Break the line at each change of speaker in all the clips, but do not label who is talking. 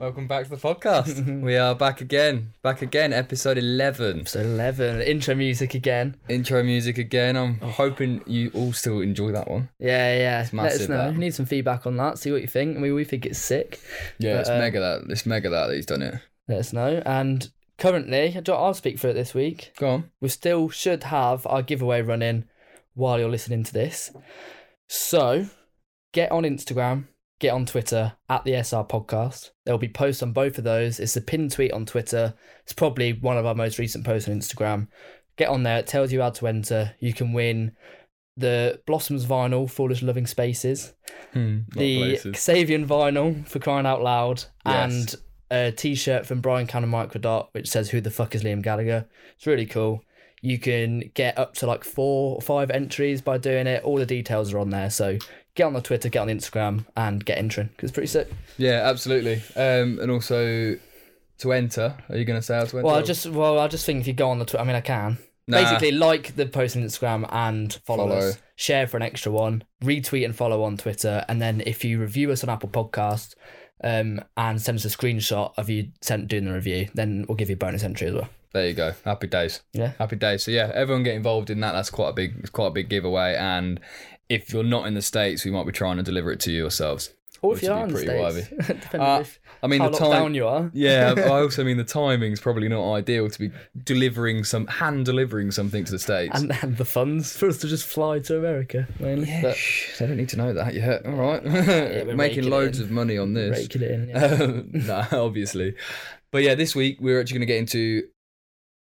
Welcome back to the podcast. we are back again, back again, episode 11.
Episode 11, intro music again.
Intro music again. I'm hoping you all still enjoy that one.
Yeah, yeah. Let
massive,
us know.
that.
Need some feedback on that. See what you think. I mean, we think it's sick.
Yeah,
But,
it's
um,
mega that. It's mega that, that he's done it.
Let us know. And currently, I don't- I'll speak for it this week.
Go on.
We still should have our giveaway running while you're listening to this. So get on Instagram, get on Twitter at the SR Podcast. There'll be posts on both of those. It's the pin tweet on Twitter. It's probably one of our most recent posts on Instagram. Get on there. It tells you how to enter. You can win the Blossoms vinyl, Foolish Loving Spaces.
Hmm, not
the
places.
Xavian vinyl for crying out loud,
Yes.
and a T-shirt from Brian Cannon Microdot, which says "Who the fuck is Liam Gallagher?" It's really cool. You can get up to like four or five entries by doing it. All the details are on there, so get on the Twitter, get on the Instagram, and get entering 'cause it's pretty sick.
Yeah, absolutely. Um, and also to enter, are you going to say how to enter?
Well, I just well, I just think if you go on the Twitter, I mean, I can.
Nah.
Basically, like the post on Instagram and follow,
Follow.
us. Share for an extra one. Retweet and follow on Twitter. And then if you review us on Apple Podcast um, and send us a screenshot of you sent doing the review, then we'll give you a bonus entry as well.
There you go. Happy days.
Yeah.
Happy days. So yeah, everyone get involved in that. That's quite a big, it's quite a big giveaway. And if you're not in the states, we might be trying to deliver it to you ourselves.
Or
Which
if you
would
are in
be
the
pretty
States, depending
Uh,
on if,
I mean,
how
the
locked
time.
down you are.
yeah, but I also mean the timing's probably not ideal to be delivering some hand delivering something to the states.
And, and the funds for us to just fly to America, mainly.
Yeah,
But
shh, they don't need to know that yet. All right,
we're raking
making
it
loads
in.
of money on this.
rake it in. yeah.
Um, nah, obviously. But yeah, this week we're actually going to get into.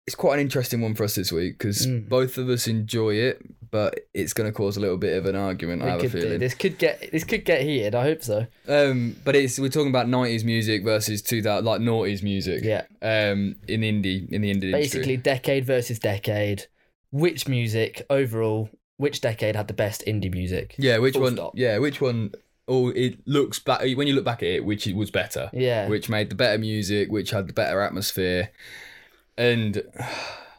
It's quite an interesting one for us this week because
Mm.
both of us enjoy it, but it's going to cause a little bit of an argument. I
We
have a
could do-
feeling.
this could get this could get heated. I hope so.
Um, but it's we're talking about '90s music versus 2000 like noughties music.
Yeah.
Um, in indie in the indie
basically
industry.
decade versus decade which music overall which decade had the best indie music
Yeah, which
Full
one?
stop.
Yeah, which one? Oh, it looks back when you look back at it, which it was better.
yeah
which made the better music, which had the better atmosphere. And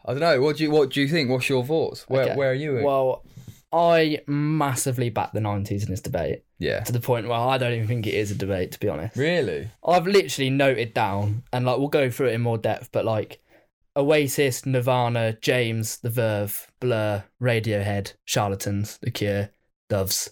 I don't know, what do you what do you think? What's your thoughts? Where
Okay.
where are you? at?
well i massively back the 90s in this debate
yeah.
to the point where i don't even think it is a debate to be honest
Really?
i've literally noted down and like we'll go through it in more depth but like oasis nirvana james the verve blur radiohead charlatans the cure doves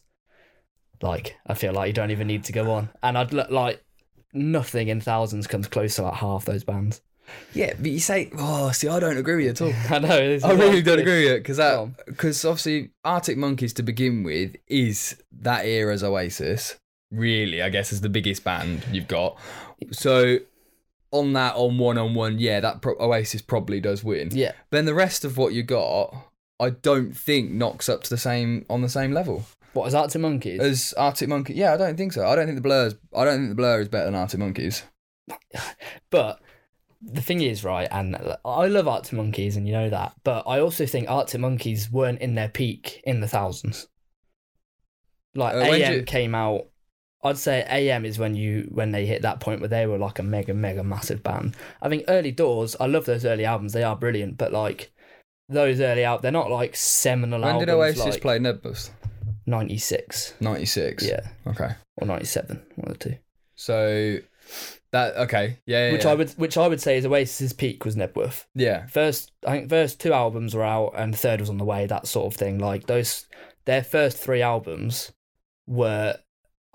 like i feel like you don't even need to go on and i'd look like nothing in thousands comes close to like half those bands
Yeah, but you say, oh, see, I don't agree with you at all.
I know. this is
I really
like-
don't agree with you because
Go on.
that because obviously Arctic Monkeys to begin with is that era's Oasis. Really, I guess is the biggest band you've got. So on that, on one on one, yeah, that pro- Oasis probably does win.
Yeah,
Then the rest of what you got, I don't think knocks up to the same on the same level.
what is Arctic Monkeys?
as Arctic Monkey. Yeah, I don't think so. I don't think the Blur's. I don't think the Blur is better than Arctic Monkeys.
but the thing is, right, and I love Arctic Monkeys, and you know that. But I also think Arctic Monkeys weren't in their peak in the thousands. Like
Uh, when
AM
do-
came out. I'd say AM is when you when they hit that point where they were like a mega mega massive band. I think early doors. I love those early albums. They are brilliant, but like those early out, they're not like seminal
When
albums.
did Oasis
like
play Nebus?
Ninety six,
Ninety six.
yeah,
Okay.
or ninety seven, one of the two.
So that okay. Yeah. yeah
which
yeah.
I would which I would say is Oasis's peak was Nebworth.
Yeah.
First, I think first two albums were out, and the third was on the way. That sort of thing. Like those, their first three albums were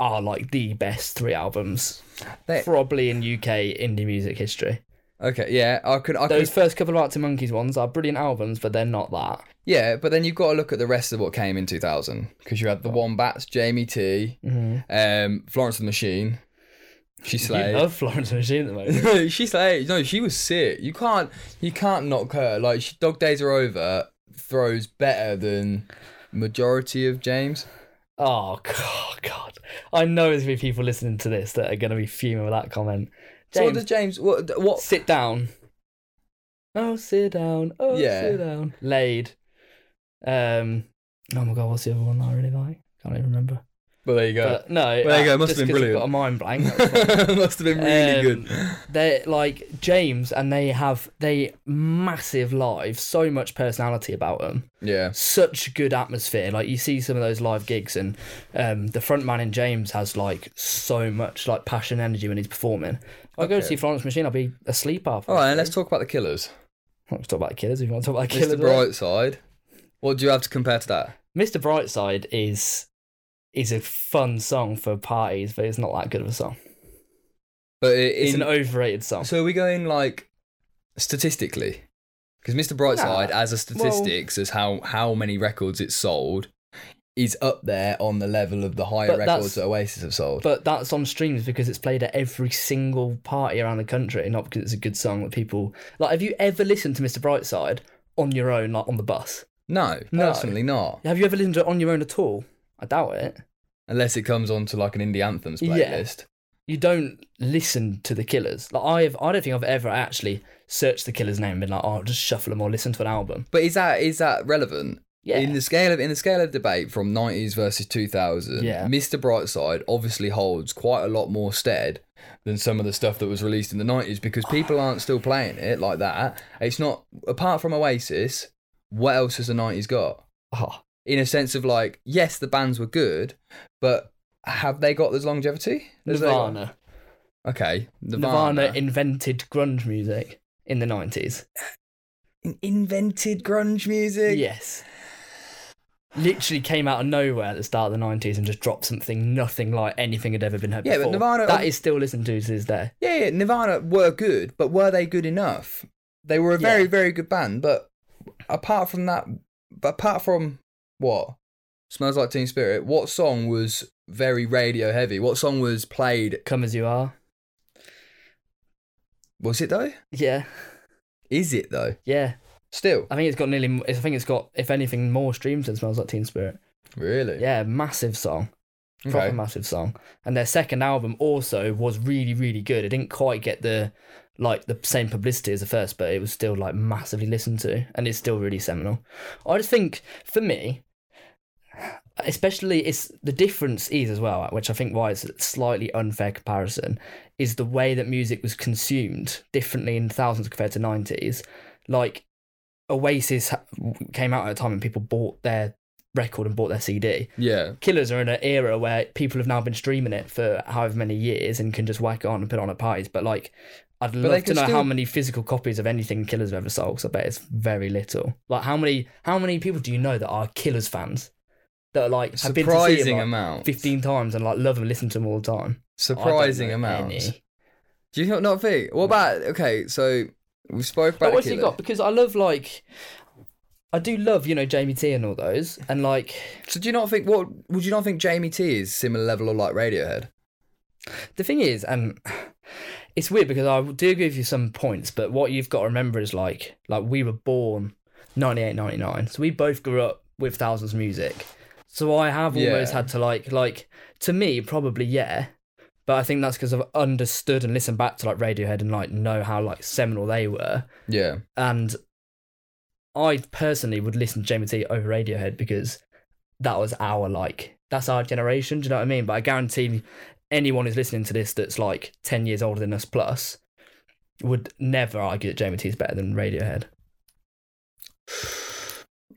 are like the best three albums
They-
probably in UK indie music history.
Okay. Yeah. I could. I
Those
could.
first couple of Arctic Monkeys ones are brilliant albums, but they're not that.
Yeah. But then you've got to look at the rest of what came in two thousand because you had
Oh.
the Wombats, Jamie T,
Mm-hmm.
um, Florence and the Machine. She
You
slayed.
love Florence and the Machine at the moment.
she slayed. No, she was sick. You can't. You can't knock her. Like she, Dog Days Are Over throws better than majority of James.
Oh God, God! I know there's gonna be people listening to this that are gonna be fuming with that comment.
So what
James,
does James? What? What?
sit down. Oh, sit down. Oh,
Yeah.
sit down. Laid. Um. Oh my god, what's the other one that I really like? Can't even remember.
But there you go.
But no, well,
there you go, must have been brilliant.
Got a mind blank.
Must have been really
Um,
good.
They're like James, and they have they massive lives, so much personality about them.
Yeah.
such good atmosphere. Like you see some of those live gigs, and um, the front man in James has like so much like passion, and energy when he's performing. I go to
Okay.
see Florence Machine, I'll be asleep after.
All right, and let's talk about the killers.
Let's talk about the Killers. If you want to talk about the Killers,
Mr. Brightside. What do you have to compare to that?
Mr. Brightside is is a fun song for parties, but it's not that good of a song.
But it,
It's
in,
an overrated song.
Oh. so are we going like statistically? Because Mr. Brightside, as a statistics, as how how many records it's sold, is up there on the level of the higher
But
records
that's-
that Oasis have sold.
but that's on streams because it's played at every single party around the country, not because it's a good song that people like. Have you ever listened to Mr. Brightside on your own, like on the bus?
no,
No.
personally not.
Have you ever listened to it on your own at all? I doubt it.
Unless it comes onto like an indie anthems
Yeah.
playlist.
You don't listen to the Killers. Like I've, I don't think I've ever actually searched the Killers' name and been like, oh, I'll just shuffle them or listen to an album.
But is that is that relevant?
Yeah,
In the scale of in the scale of debate from nineties versus two thousand,
Yeah.
Mr. Brightside obviously holds quite a lot more stead than some of the stuff that was released in the nineties because people aren't still playing it like that. It's not apart from Oasis, what else has the nineties got?
Oh,
In a sense of like, yes, the bands were good, but have they got this longevity? Has they got-
Nirvana.
Okay.
Nirvana. invented grunge music in the nineties.
in- invented grunge music.
Yes. Literally came out of nowhere at the start of the nineties and just dropped something nothing like anything had ever been heard
Yeah, but
before.
Nirvana-
that is still listened to to this day.
Yeah, yeah, Nirvana were good, but were they good enough? They were a very,
Yeah.
very good band, but apart from that, but apart from what smells like Teen Spirit, what song was very radio heavy? What song was played?
Come as you are.
Was it though?
Yeah,
Is it though?
yeah.
Still,
I think it's got nearly. I think it's got, if anything, more streams than Smells Like Teen Spirit.
really?
Yeah, massive song. Proper
Okay.
massive song. And their second album also was really, really good. It didn't quite get the like the same publicity as the first, but it was still like massively listened to and it's still really seminal. I just think for me, especially it's the difference is as well, which I think why it's a slightly unfair comparison, is the way that music was consumed differently in the thousands compared to nineties. Like Oasis ha- came out at a time and people bought their record and bought their CD.
Yeah.
Killers are in an era where people have now been streaming it for however many years and can just whack it on and put it on at parties. But like, I'd
they
love to
can
know
still-
how many physical copies of anything Killers have ever sold. 'cause I bet it's very little. Like, how many how many people do you know that are Killers fans that are like have been to see
Surprising
them like,
amount.
fifteen times and like love them, listen to them all the time? I don't know
Surprising amount.
any.
Do you not, not think? What about okay? So we spoke about.
But
the
what's he
Killer.
got? Because I love like. I do love, you know, Jamie T and all those, and like
So do you not think? What would you not think? Jamie T is similar level or like Radiohead?
the thing is, um, it's weird because I do give you some points, but what you've got to remember is like, like we were born 98, 99, so we both grew up with thousands of music. So I have almost
Yeah.
had to like, like to me, probably yeah, but I think that's because I've understood and listened back to like Radiohead and like know how like seminal they were,
Yeah.
and I personally would listen to Jamie T over Radiohead because that was our like that's our generation. Do you know what I mean? But I guarantee anyone who's listening to this that's like ten years older than us plus would never argue that Jamie T is better than Radiohead.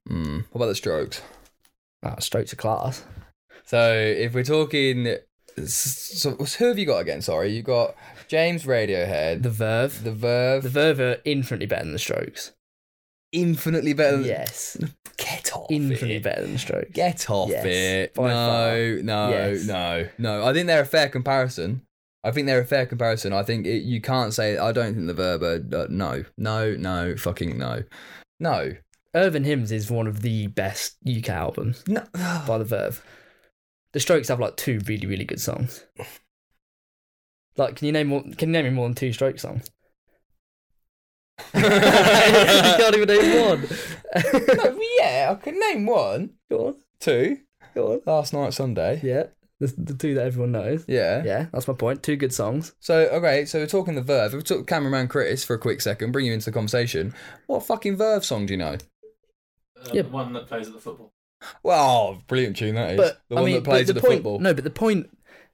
Mm. What about the Strokes?
Ah, Strokes a class.
So if we're talking, so who have you got again? Sorry, you got James Radiohead,
The
the,
Verve,
Verve,
the Verve are infinitely better than the Strokes.
infinitely better. than-
yes,
Get off
infinitely
it.
better than the Strokes.
Get off
Yes,
it.
by
no, no,
Yes.
no, no. I think they're a fair comparison. I think they're a fair comparison. I think it, you can't say. I don't think the Verve. Are, uh, no, no, no, fucking no, no,
Irvin Hymns is one of the best UK albums
no.
by the Verve. The Strokes have like two really really good songs. Like, can you name more, can you name me more than two Stroke songs? you can't even name one.
No, yeah, I could name one,
go on,
two.
go on.
Last night, Sunday.
Yeah, the, the two that everyone knows.
Yeah.
Yeah, that's my point. Two good songs.
So, okay, so we're talking the Verve. If we took cameraman Chris for a quick second, bring you into the conversation. What fucking Verve song do you know?
Uh,
Yeah.
The one that plays at the football.
Well, oh, brilliant tune that is.
But
the
I
one
mean,
that plays
but
with the
point,
football.
No, but the point.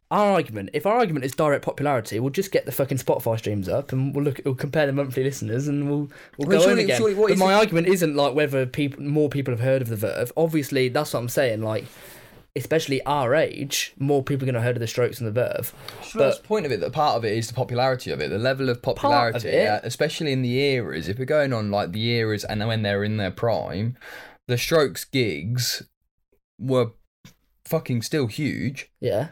Our argument, if our argument is direct popularity, we'll just get the fucking Spotify streams up and we'll look, we'll compare the monthly listeners and we'll
Well,
we'll go
surely-
in again.
surely what
but
is
my argument isn't like whether people more people have heard of the Verve. Obviously, that's what I'm saying. Like, especially our age, more people are going to heard of the Strokes and the Verve.
Sure, that's the point of it. That part of it is the popularity of it, the level of
of
popularity,
it.
yeah, especially in the eras. If we're going on like the eras and when they're in their prime, the Strokes gigs were fucking still huge
Yeah, uh,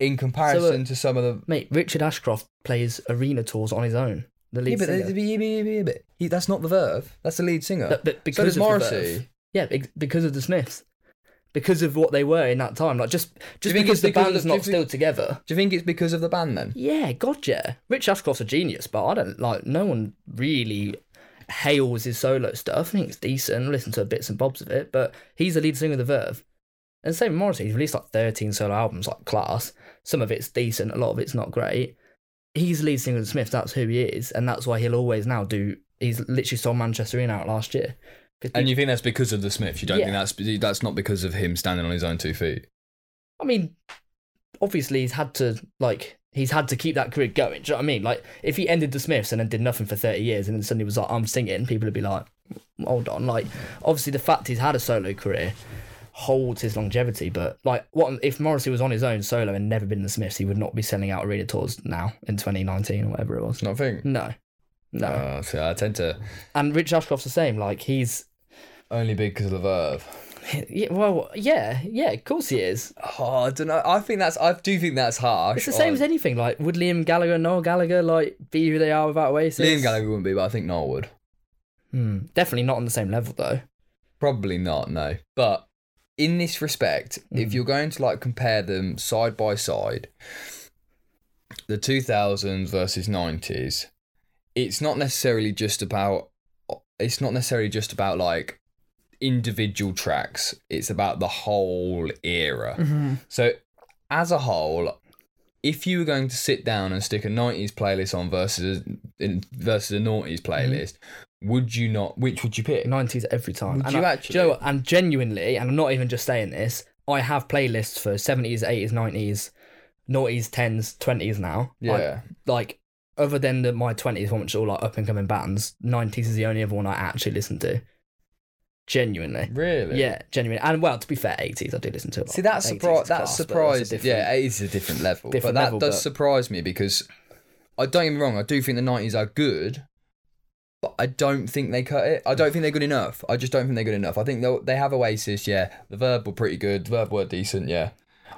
in comparison to some of the.
mate. Richard Ashcroft plays arena tours on his own. The
Yeah,
lead
but,
singer.
yeah, but, yeah, but, yeah, but he, that's not the Verve. That's the lead singer.
But, but
so
because
does
of the
Morrissey.
Verve. yeah, ex- because of the Smiths, because of what they were in that time. Like just just
you think
because
it's
the
because of the-
band's
do you
not
think-
still together.
Do you think it's because of the band then?
Yeah, God, yeah. Rich Ashcroft's a genius, but I don't like. No one really hails his solo stuff. I think it's decent. I listen to bits and bobs of it, but he's the lead singer of the Verve. And same with Morrissey. He's released like thirteen solo albums, like class. Some of it's decent. A lot of it's not great. He's the lead singer of the Smiths. That's who he is, and that's why he'll always now do. He's literally sold Manchester Arena out last year. 'Cause
And you think that's because of the Smiths? You don't
Yeah.
think that's that's not because of him standing on his own two feet?
I mean, obviously he's had to like he's had to keep that career going. Do you know what I mean? Like if he ended the Smiths and then did nothing for thirty years and then suddenly was like, I'm singing, people would be like, Hold on. Like obviously the fact he's had a solo career holds his longevity, but like what if Morrissey was on his own solo and never been in the Smiths, he would not be selling out arena tours now in twenty nineteen or whatever it was.
Not a thing.
No. No.
Mm. Uh, so I tend to
and Rich Ashcroft's the same. Like he's
only big because of the Verve.
yeah, well, yeah, yeah, of course he is.
Oh, I don't know. I think that's. I do think that's harsh.
It's the same
on-
as anything. Like, would Liam Gallagher and Noel Gallagher like be who they are without Oasis?
Liam Gallagher wouldn't be, but I think Noel would.
Hmm. definitely not on the same level though.
Probably not, no. But in this respect, if you're going to like compare them side by side, the 2000s versus 90s, it's not necessarily just about it's not necessarily just about like individual tracks. It's about the whole era.
Mm.
So as a whole, if you were going to sit down and stick a 90s playlist on versus in, versus a noughties playlist, would you not which would you pick?
Nineties every time.
Would
and
you
I-
actually?
Do you know what? And genuinely, and I'm not even just saying this. I have playlists for seventies, eighties, nineties, noughties, tens, twenties now. Like-
Yeah.
Like, other than the, my twenties one, which is all like up and coming bands, nineties is the only other one I actually listen to. Genuinely.
Really?
Yeah, genuinely. And well, to be fair, eighties I do listen to. a lot.
See that's
80s
surpri-
is
that
class, but that's a
surprised.
different-
Yeah, it is a different level.
different
but that
level,
does
but-
surprise me because I don't get me wrong, I do think the nineties are good, but I don't think they cut it. I don't think they're good enough. I just don't think they're good enough. I think they they have Oasis, yeah. The verb were pretty good, the verb were decent, yeah.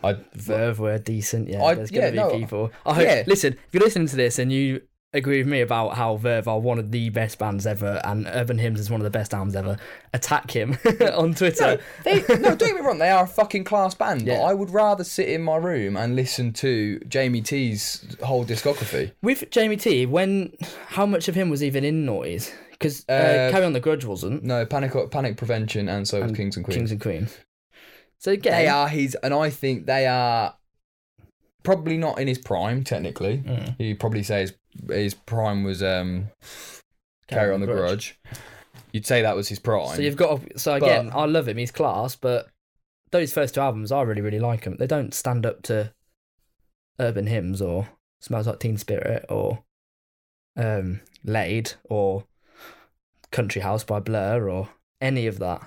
I
Verve were decent. Yeah,
I-
there's
yeah,
gonna be
no,
people. I hope,
yeah.
Listen, if you're listening to this and you agree with me about how Verve are one of the best bands ever and Urban Hymns is one of the best albums ever, attack him on Twitter.
they, no, don't get me wrong. They are a fucking class band,
Yeah.
but I would rather sit in my room and listen to Jamie T's whole discography.
With Jamie T, when how much of him was even in Noise? Because uh,
Uh,
Carry On the Grudge wasn't
No, panic, panic prevention, and so was
And
Kings and Queens.
Kings and Queens. So again,
They are his, and I think they are probably not in his prime technically.
Mm.
You probably say his, his prime was um, Carry on the Grudge. You'd say that was his prime.
So you've got to- so
But-
again, I love him. He's class, but those first two albums, I really really like him. They don't stand up to Urban Hymns or Smells Like Teen Spirit or um, Laid or Country House by Blur or any of that.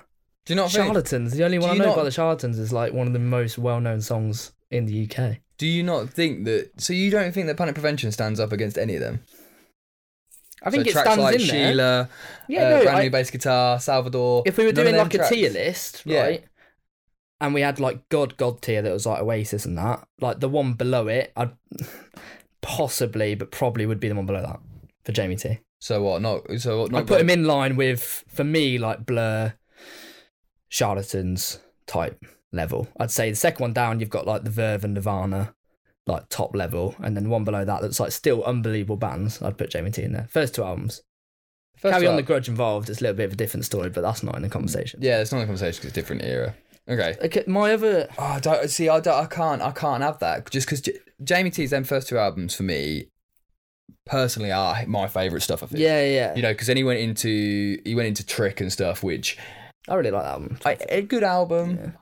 Do you not think?
Charlatans. The only one
Do
I
you
know
not-
by the Charlatans is like one of the most well known songs in the UK.
Do you not think that? So you don't think that panic prevention stands up against any of them?
I think
so
it
tracks
stands
like
in there.
Sheila,
Yeah,
uh,
no,
brand
I-
new bass guitar, Salvador.
if we were
none of
doing
them
like a
tracks.
tier list,
Yeah.
right? And we had like God God tier that was like Oasis and that. Like the one below it, I'd possibly, but probably would be the one below that for Jamie T.
So what? Not so what?
I
Not
put him in line with for me like Blur, Charlatans type level. I'd say the second one down, you've got like the Verve and Nirvana, like top level, and then one below that that's like still unbelievable bands. I'd put Jamie T in there. First two albums.
First
Carry on
up-
the grudge involved. It's a little bit of a different story, but that's not in the conversation.
Yeah, it's not a conversation. 'cause It's a different era. Okay.
Okay, my other
Oh, I don't see. I don't. I can't. I can't have that just because J- Jamie T's them first two albums for me, personally, are my favorite stuff. I think.
Yeah, yeah.
You know, because then he went into he went into Trick and stuff, which
I really like that album.
I, a good album,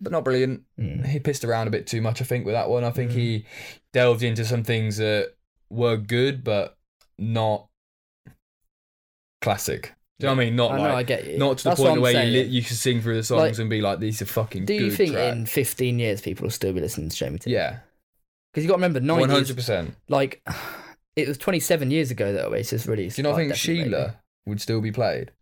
but not brilliant.
Mm.
He pissed around a bit too much, I think, with that one. I think he delved into some things that were good, but not classic. Do you know what I mean? Not
I know,
like
I get you.
not to the
That's what
point
I'm
where you,
saying.
li- you can sing through the songs
Like,
and be like, "These are fucking."
Do you
good
think
tracks."
in 15 years people will still be listening to Jamie Tidd?
Yeah,
Because you got to remember,
one
90s,
hundred percent.
like, it was 27 years ago that Oasis released.
Do you not
like,
think
Definitely
Sheila
Lately.
would still be played?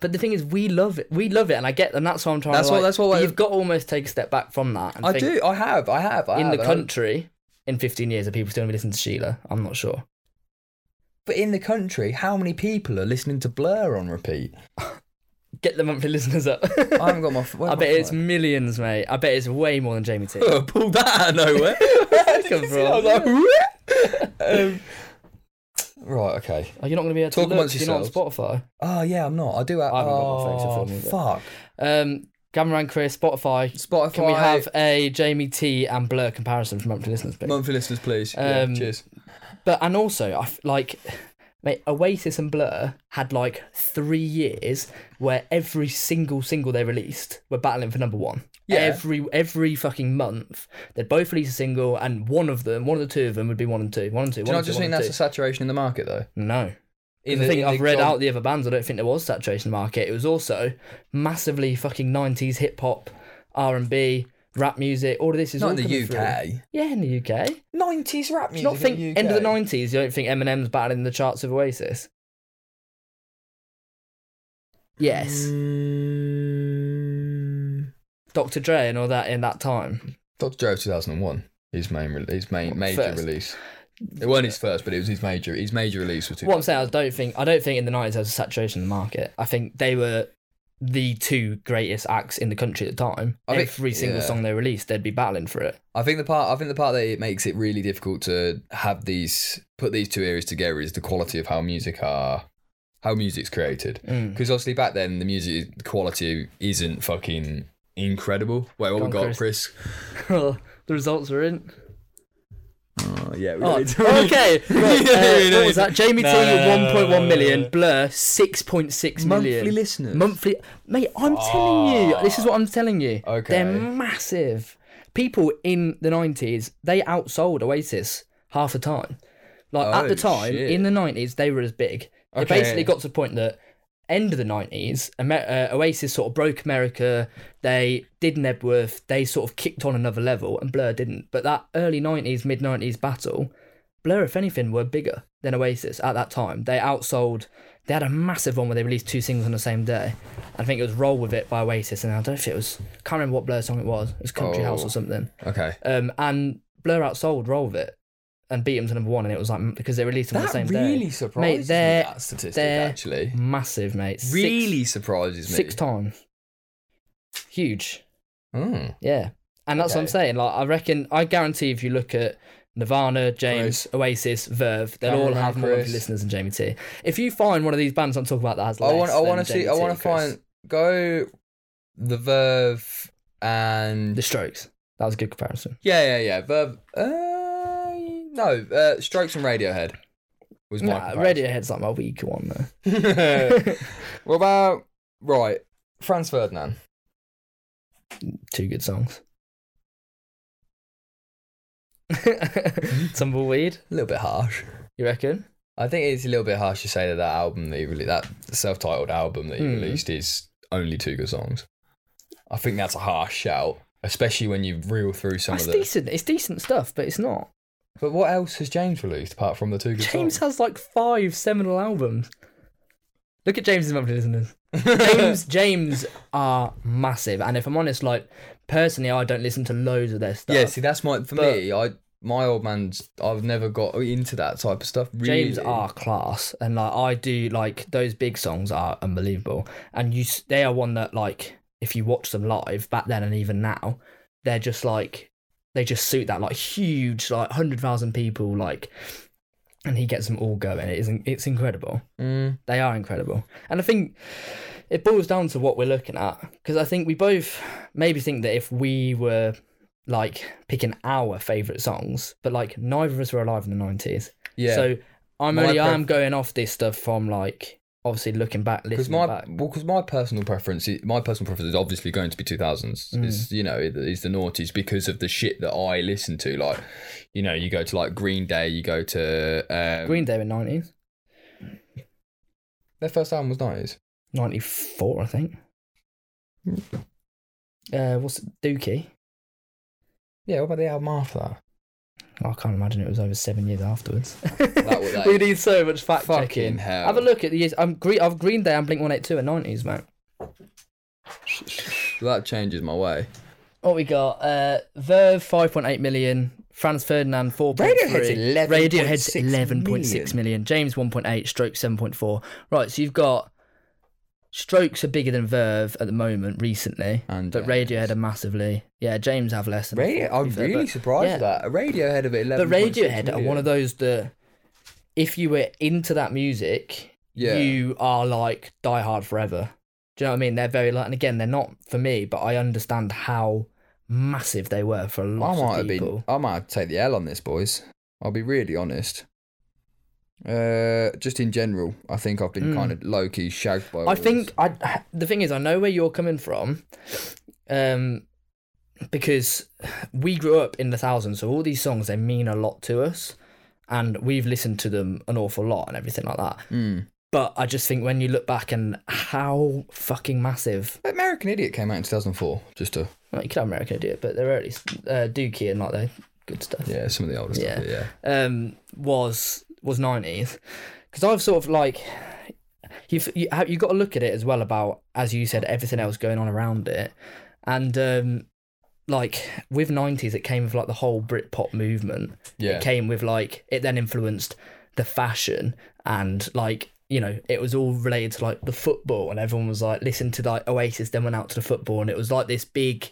But the thing is, we love it. We love it, and I get, and that's what I'm trying.
That's
to,
what-
like-
that's what
but
I-
You've got to almost take a step back from that. And
I
think,
do. I have. I have. I
in the
have, and I-
country in 15 years are people still going to be listening to sheila i'm not sure
but in the country, how many people are listening to Blur on repeat?
get the monthly listeners up
I haven't got my. where's my
i bet it's
phone?
millions mate i bet it's way more than jamie t
pulled that out of nowhere. Where
that
did
come
you see
from?
that? I was like, um, right. Okay.
are you not going to be able to
Talk
look
amongst
'cause you're not on spotify
Oh yeah, I'm not. I do. Have,
I haven't got my phone, so
oh,
film either.
fuck.
um Gamran Chris, Spotify.
Spotify.
Can we have a Jamie T and Blur comparison for monthly listeners, please?
monthly listeners, please? Yeah,
Um,
cheers.
But and also, I f- like, mate, Oasis and Blur had like three years where every single single they released were battling for number one.
Yeah.
Every every fucking month, they'd both release a single, and one of them, one of the two of them, would be one and two, one and two.
Do you
one
not
and two,
just
one
think
and
that's a
two.
saturation in the market though?
no.
In
I
the-
think
in
I've
the
read
genre-
out the other bands. I don't think there was saturation in the market. It was also massively fucking nineties hip hop, R and B, rap music. All of this is all
Not in the
coming through.
UK.
Yeah, in the UK.
Nineties rap music.
Do you not think
in the
end of the
UK?
nineties? You don't think Eminem's battling the charts of Oasis? Yes,
Mm,
Dr. Dre and all that in that time.
Dr. Joe 2001. His main, re- his main major
First.
release. It wasn't his first, but it was his major. His major release was. 2000.
What I'm saying, I don't think I don't think in the nineties there was a saturation in the market. I think they were the two greatest acts in the country at the time.
I think-
Every single
yeah.
song they released, they'd be battling for it.
I think the part I think the part that it makes it really difficult to have these put these two eras together is the quality of how music are how music's created.
Mm.
Because obviously back then the music quality isn't fucking incredible. Wait, what
Go
we
on,
got, Chris?
Oh, the results are in.
Oh, yeah, we
Oh,
really don't.
okay. Right,
Yeah, we
uh,
don't.
what was that? Jamie
No,
T
no, no, no,
with 1.1
no,
million.
no.
Blur 6.6 million.
Monthly listeners.
Monthly, mate. I'm telling you, this is what I'm telling you.
Ah, Okay.
they're massive. People in the '90s they outsold Oasis half the time. Like at
Oh,
the time
shit.
in the '90s, they were as big. They
Okay.
basically got to the point that end of the '90s, Amer- uh, Oasis sort of broke America. They did Nebworth. They sort of kicked on another level, and Blur didn't. But that early '90s, mid '90s battle, Blur, if anything, were bigger than Oasis at that time. They outsold. They had a massive one where they released two singles on the same day. I think it was "Roll with It" by Oasis, and I don't know if it was. Can't remember what Blur song it was. It was "Country House"
Oh.
or something.
Okay.
Um, and Blur outsold "Roll with It" and beat them to number one, and it was like because they released them on the
That
same
really
day.
surprises me
Mate, they're-
that statistic
they're
actually.
Massive, mate. Six-
Really surprises me.
six times. Huge.
Mm.
Yeah. And that's what I'm
Okay.
saying. Like I reckon I guarantee if you look at Nirvana, James, Oasis, Verve, they'll all
Cameron
have more
Chris.
listeners than Jamie T. If you find one of these bands I'm talking about that has less
I want. I
than
want to see.
Jamie
I
T,
want to
Chris,
find. Go, the Verve and
The Strokes. That was a good comparison.
yeah, yeah, yeah. Verve. Uh, no, uh, Strokes and Radiohead was my.
Nah,
comparison.
Radiohead's like my weaker one though.
what about right? Franz Ferdinand.
Two good songs. Tumbleweed,
A little bit harsh.
you reckon?
I think it's a little bit harsh to say that that album that he really that self-titled album that he
Hmm.
released is only two good songs. I think that's a harsh shout, especially when you reel through some
That's
of the.
decent. It's decent stuff, but it's not.
But what else has James released apart from the two good songs?
James has like five seminal albums. Look at James's monthly listeners. James James are massive, and if I'm honest, like personally, I don't listen to loads of their stuff.
Yeah, see, that's my for
But-
me. I my old man's. I've never got into that type of stuff. Really.
James are class, and like I do, like those big songs are unbelievable, and you s- they are one that like if you watch them live back then and even now, they're just like they just suit that like huge like hundred thousand people like, and he gets them all going. It isn't it's incredible.
Mm,
They are incredible. And I think it boils down to what we're looking at. Because I think we both maybe think that if we were like picking our favourite songs, but like neither of us were alive in the 90s.
yeah.
So I'm
My
only
pref-
I'm going off this stuff from like obviously looking back,
Because
listening
my
back.
well, 'cause my personal preference, i- my personal preference is obviously going to be two thousands.
Mm.
It's you know, it- it's the noughties because of the shit that I listen to. Like, you know, you go to like Green Day, you go to um,
Green Day were nineties,
Their first album was nineties.
ninety four, I think. Uh, what's it? Dookie?
Yeah, what about the album after that?
Oh, I can't imagine it was over seven years afterwards.
was- that
we
is
need so much fact
Fucking
checking.
hell!
Have a look at the years. I'm Green. I've Green Day and Blink One Eight Two and nineties, man.
That changes my way.
What we got? Uh, Verve five point eight million. Franz Ferdinand four point three.
Radiohead's 11.6
Radiohead's eleven point six million. James one point eight. Strokes seven point four. Right, so you've got Strokes are bigger than Verve at the moment recently,
And
but Radiohead are massively. Yeah, James have less. Than
Radio,
four, to
I'm
be fair,
really
but-
surprised
yeah.
at that. A Radiohead of it,
But
eleven.
Radiohead are one of those that, if you were into that music,
Yeah.
you are like Die Hard forever. Do you know what I mean? They're very like, and again, they're not for me, but I understand how massive they were for a
I
lot
might
of
have
people.
been. I might have to take the L on this, boys. I'll be really honest. Uh, just in general, I think I've been
Mm.
kind of low key shagged by. all
I
this.
think I. The thing is, I know where you're coming from, um, because we grew up in the thousands, so all these songs they mean a lot to us, and we've listened to them an awful lot and everything like that.
Mm.
But I just think when you look back and how fucking massive,
American Idiot came out in 2004. Just to
well, you could have America do it, but they're early uh, Dookie and like they good stuff.
yeah, some of the older stuff. Yeah,
um, was was nineties, because I've sort of like you've you, ha- you got to look at it as well about as you said everything else going on around it, and um, like with nineties it came with like the whole Britpop movement.
yeah.
It came with like it then influenced the fashion and like you know it was all related to like the football and everyone was like listen to like Oasis then went out to the football and it was like this big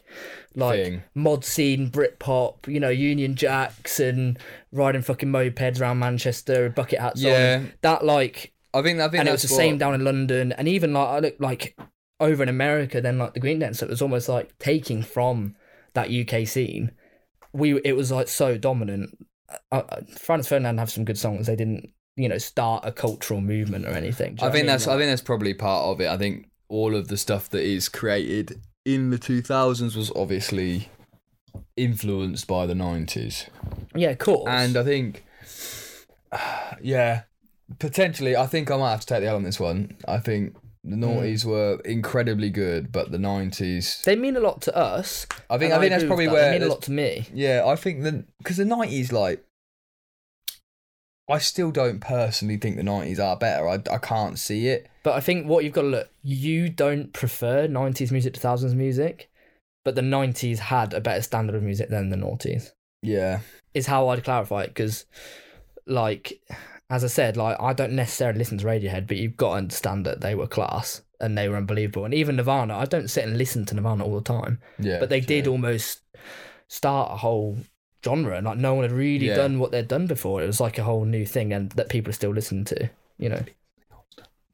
like
Thing.
mod scene Britpop you know Union Jacks and riding fucking mopeds around Manchester bucket hats
Yeah.
on that like
I think I think
and it was
that's
the
what-
same down in London and even like I look like over in America then like the Green Dance it was almost like taking from that UK scene we it was like so dominant uh, uh, Franz Ferdinand have some good songs they didn't you know start a cultural movement or anything
I
Do you know what
think
mean?
that's I
Like,
think that's probably part of it. I think all of the stuff that is created in the 2000s was obviously influenced by the 90s.
yeah of course
And uh, I think, yeah, potentially, I think I might have to take the L on this one. I think
Hmm.
the noughties were incredibly good, but the 90s.
they mean a lot to us
I think,
and
I think that's probably
agree with that.
where.
they mean a
there's-
lot to me
Yeah, I think the Because the 90s, like. I still don't personally think the 90s are better. I, I can't see it.
But I think what you've got to look, you don't prefer 90s music to 1000s music, but the 90s had a better standard of music than the noughties,
Yeah.
is how I'd clarify it. Because, like, as I said, like, I don't necessarily listen to Radiohead, but you've got to understand that they were class and they were unbelievable. And even Nirvana, I don't sit and listen to Nirvana all the time,
Yeah.
but they did
all.
almost start a whole genre. and Like, no one had really
Yeah.
done what they'd done before. It was like a whole new thing and that people are still listening to, you know.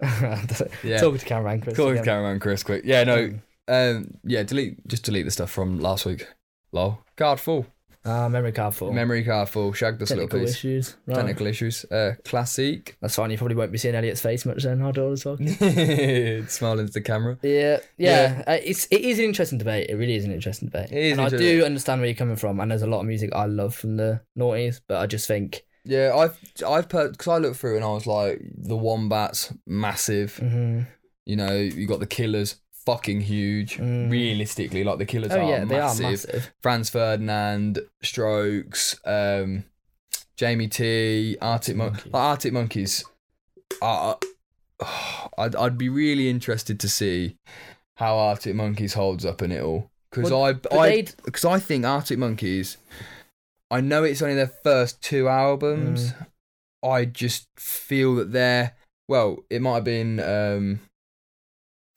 Yeah.
Talking to cameraman Chris.
Call him
again.
cameraman Chris quick. Yeah,
Hmm.
no. Um, yeah, delete just delete the stuff from last week. Lol. Card full.
Ah, memory card full.
Memory card full. Shagged us a little
Technical
piece.
issues. Right.
Technical issues. Uh, classic.
That's fine. You probably won't be seeing Elliot's face much then. Hard all as well.
Smiling to the camera.
Yeah, yeah. Uh, it's it is an interesting debate. It really is an interesting debate.
It is
and I
interesting.
do understand where you're coming from. And there's a lot of music I love from the noughties, but I just think
Yeah, I've I've because I looked through and I was like the wombats massive.
mhm.
You know, you got the killers fucking huge.
Mm.
Realistically, like the killers
oh
are,
yeah, they
massive.
are massive.
Franz Ferdinand, Strokes, um, Jamie T, Arctic Mon-
Monkeys.
like, Arctic Monkeys. Are, I'd I'd be really interested to see how Arctic Monkeys holds up in it all because
Well,
I I
they'd-
because I think Arctic Monkeys. I know it's only their first two albums.
Mm.
I just feel that they're well. It might have been um,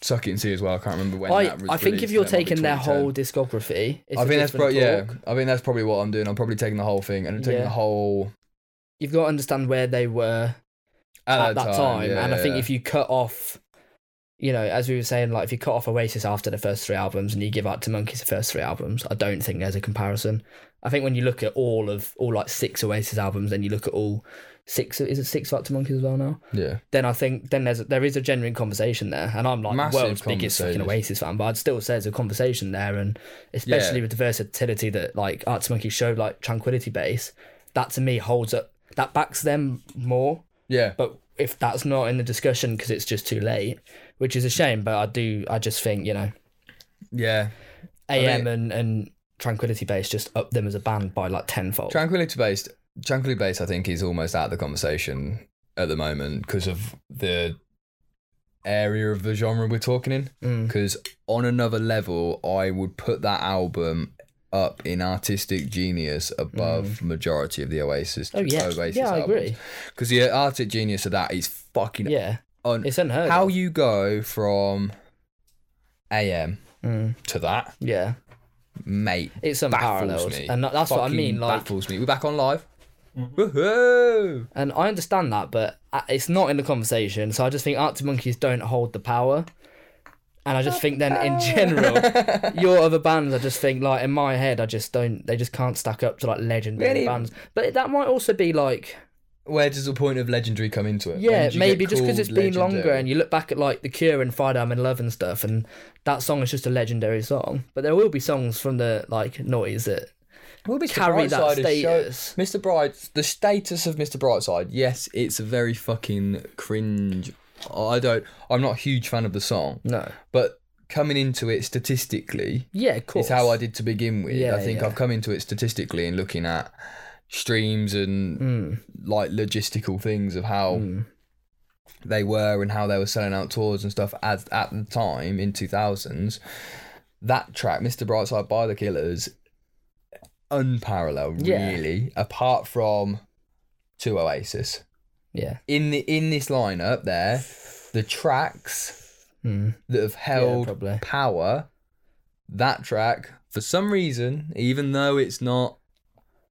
Suck It and See as well. I can't remember when.
I
that was
I think if
released.
you're
That might be
taking their
2010.
whole discography, it's
I
a
think that's
different
probably yeah.
talk.
I think that's probably what I'm doing. I'm probably taking the whole thing and I'm taking
Yeah.
the whole
You've got to understand where they were
at,
at that time.
yeah,
and I think
yeah.
if you cut off, you know, as we were saying, like if you cut off Oasis after the first three albums and you give out to Monkeys the first three albums, I don't think there's a comparison. I think when you look at all of all like six Oasis albums, then you look at all six is it six Factor Monkeys as well now?
Yeah.
Then I think then there's there is a genuine conversation there, and I'm like
Massive
the world's biggest fucking
conversation.
Oasis fan, but I'd still say there's a conversation there, and especially with the versatility that like Arctic Monkey showed, like Tranquility Base, that to me holds up, that backs them more.
Yeah.
But if that's not in the discussion because it's just too late, which is a shame, but I do I just think you know
Yeah.
AM
mean-
and and Tranquility Base just up them as a band by like tenfold.
Tranquility based Tranquility based I think is almost out of the conversation at the moment because of the area of the genre we're talking in.
Mm.
Because on another level, I would put that album up in artistic genius above majority of the Oasis.
Mm. Oh yeah,
Oasis
yeah, I agree.
Because the artistic genius of that is fucking
Yeah,
un-
it's unheard.
how
of.
you go from AM
Mm,
to that,
yeah,
mate.
it's
Baffles
unparalleled,
me.
and that- that's what I
Fucking
mean. Like,
baffles me. We're back on live. Woohoo!
and I understand that, but I- it's not in the conversation. So I just think Arctic Monkeys don't hold the power, and I just think then in general, your other bands, I just think like in my head, I just don't. They just can't stack up to like legendary
Really?
bands. But that might also be like
Where does the point of legendary come into it? When
Yeah,
did you
maybe
get
just because
called
it's been longer
legendary?
and you look back at like The Cure and Friday I'm in Love and stuff, and that song is just a legendary song. But there will be songs from the like noise that
Well, Mr.
carry that
Brightside has shown-
status.
Mr. Bright, the status of Mr. Brightside. Yes, it's a very fucking cringe. I don't. I'm not a huge fan of the song,
No.
but coming into it statistically,
Yeah, of course.
It's how I did to begin with.
Yeah,
I think
yeah.
I've come into it statistically and looking at streams and
Hmm.
like logistical things of how they were and how they were selling out tours and stuff as at the time in 2000s. That track, Mr. Brightside by the Killers, unparalleled
Yeah.
really, apart from to Oasis.
Yeah.
In the in this lineup there, the tracks
Mm.
that have held
probably.
power that track for some reason even though it's not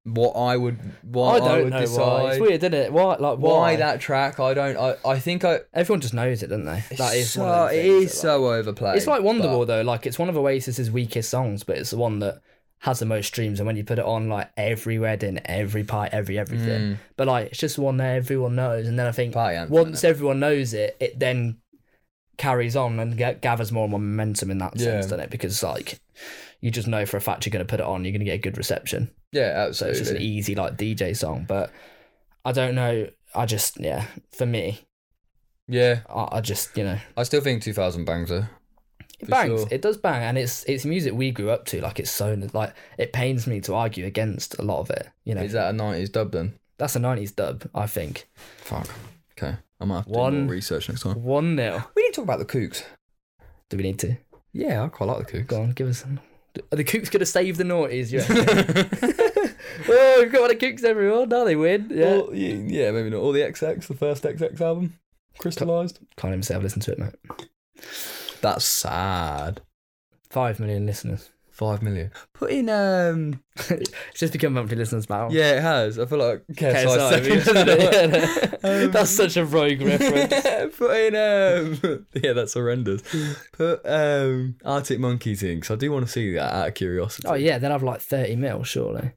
what i would
I
what i,
don't
would
know why.
decide why.
It's weird, isn't it? Why? Like why?
that track i don't i, I think i
Everyone just knows it, don't they? That is
so,
one of the
it
things
is
that, like-
so overplayed
It's like
but-
Wonderwall though. Like it's one of Oasis's weakest songs, but it's the one that has the most streams. And when you put it on like every wedding, every party, every
Mm.
everything, but like it's just one that everyone knows. And then I think
Party anthem,
once everyone knows it, it then carries on and ga- gathers more and more momentum in that
Yeah.
sense, doesn't it? Because like you just know for a fact you're going to put it on, you're going to get a good reception.
yeah
So it's
absolutely
just an easy like DJ song. But I don't know. I just yeah, for me, e-
yeah
I, I just you know
i still think 2000 bangs though
It
For
bangs.
sure.
It does bang, and it's it's music we grew up to. Like it's so like it pains me to argue against a lot of it. You know,
is that a 90s dub then
that's a '90s dub, I think.
fuck okay i might have to do
One-
more research next time
One 0
we need to talk about the kooks
Do we need to
yeah i quite like the
go on? Give us. The Kooks could have saved the noughties. Yeah.
kooks
oh, we've got one of Kooks, everyone. Now they win. Yeah.
All- y- yeah, maybe not. All the XX, the first XX album, crystallized.
Can't even say I've listened to it, mate.
That's sad.
Five million listeners.
Five million. Put in um.
It's just become monthly listeners now.
Yeah, it has. I feel like
Okay,
KSI
sorry,
second
isn't it?
channel.
that's such a rogue reference.
Put in um. Yeah, that's horrendous. Put um Arctic Monkeys in because I do want to see that out of curiosity.
oh yeah, then I've like thirty mil surely.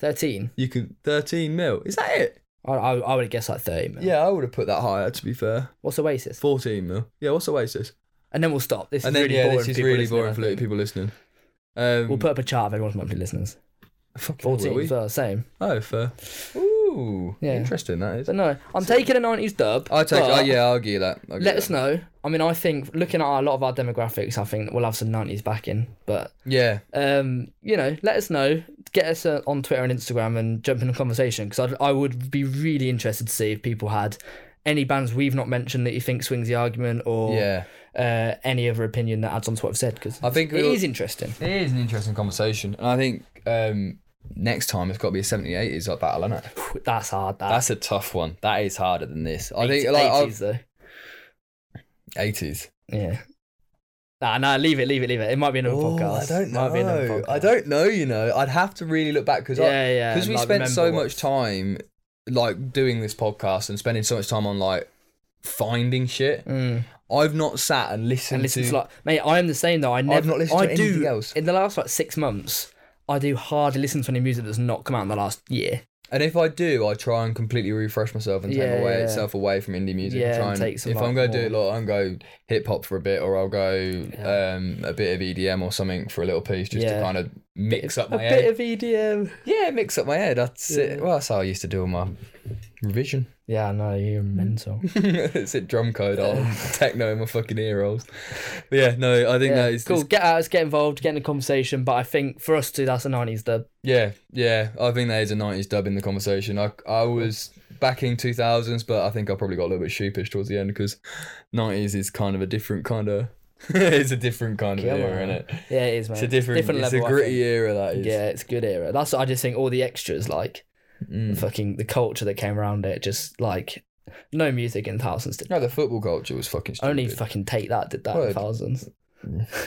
Thirteen.
You could thirteen mil. Is that it?
I, I I would guess like thirty mil.
Yeah, I would have put that higher. To be fair,
What's Oasis?
fourteen mil. Yeah, what's Oasis?
And then we'll stop. This
And
is
then
really
yeah,
boring.
this is
people
really
listening,
boring
I
for
think.
people listening. Um,
We'll put up a chart of everyone's monthly listeners.
fucking hell, will
14
we?
as well, same.
Oh, fair. Ooh,
Yeah.
interesting that is.
But no, I'm taking a 90s dub.
I take.
but
Oh, yeah, I'll give you that. I'll give
Let
you
us
that.
know. I mean, I think looking at a lot of our demographics, I think we'll have some 90s backing. But,
Yeah,
um, you know, let us know. Get us uh, on Twitter and Instagram and jump in the conversation because I would be really interested to see if people had any bands we've not mentioned that you think swings the argument or
yeah.
uh, any other opinion that adds on to what I've said because
I think
it
we'll-
is interesting.
It is an interesting conversation, and I think um, next time it's got to be a 78 is like battle, isn't it?
That's hard. That.
That's a tough one. That is harder than this. I think
80s,
like I've-
80s though.
80s.
Yeah. Nah, nah, leave it, leave it, leave it. It might be another podcast.
Oh, I don't
Might be another
know. I
podcast.
don't know. You know, I'd have to really look back because
Yeah, yeah.
because we
like,
spent so
remember what-
much time like doing this podcast and spending so much time on like finding shit.
Mm,
I've not sat and listened,
and listen to like, mate, I am the same though. I never,
not listened
I
to
do,
anything else.
In the last like six months, I do hardly listen to any music that's not come out in the last year.
And if I do, I try and completely refresh myself and take
Yeah,
away
yeah.
itself away from indie music.
Yeah,
try
and
and
take some,
if
like,
I'm gonna do it,
more-
like I'm go hip hop for a bit, or I'll go um, a bit of EDM or something for a little piece, just
Yeah.
to kind of mix up
a
my
bit
head.
of EDM.
yeah, mix up my head. That's it.
Yeah.
Well, that's how I used to do all my revision.
Yeah, I know you're mental.
Sit drum code on techno in my fucking ear holes. But yeah, no, I think
Yeah,
that is
cool. Get out, get involved, get in the conversation. But I think for us too, that's a nineties dub.
Yeah, yeah. I think that is a nineties dub in the conversation. I I was backing two thousands, but I think I probably got a little bit sheepish towards the end because nineties is kind of a different kind of. it's a different kind of
Killer.
era, is it?
Yeah, it is, man.
It's a different, it's
level,
a
I
gritty
think.
era that is.
Yeah, it's a good era. That's what I just think. All the extras, like
Mm.
fucking the culture that came around it, just like no music in thousands did.
No, the football culture was fucking stupid.
Only fucking take that did that in
Word.
thousands.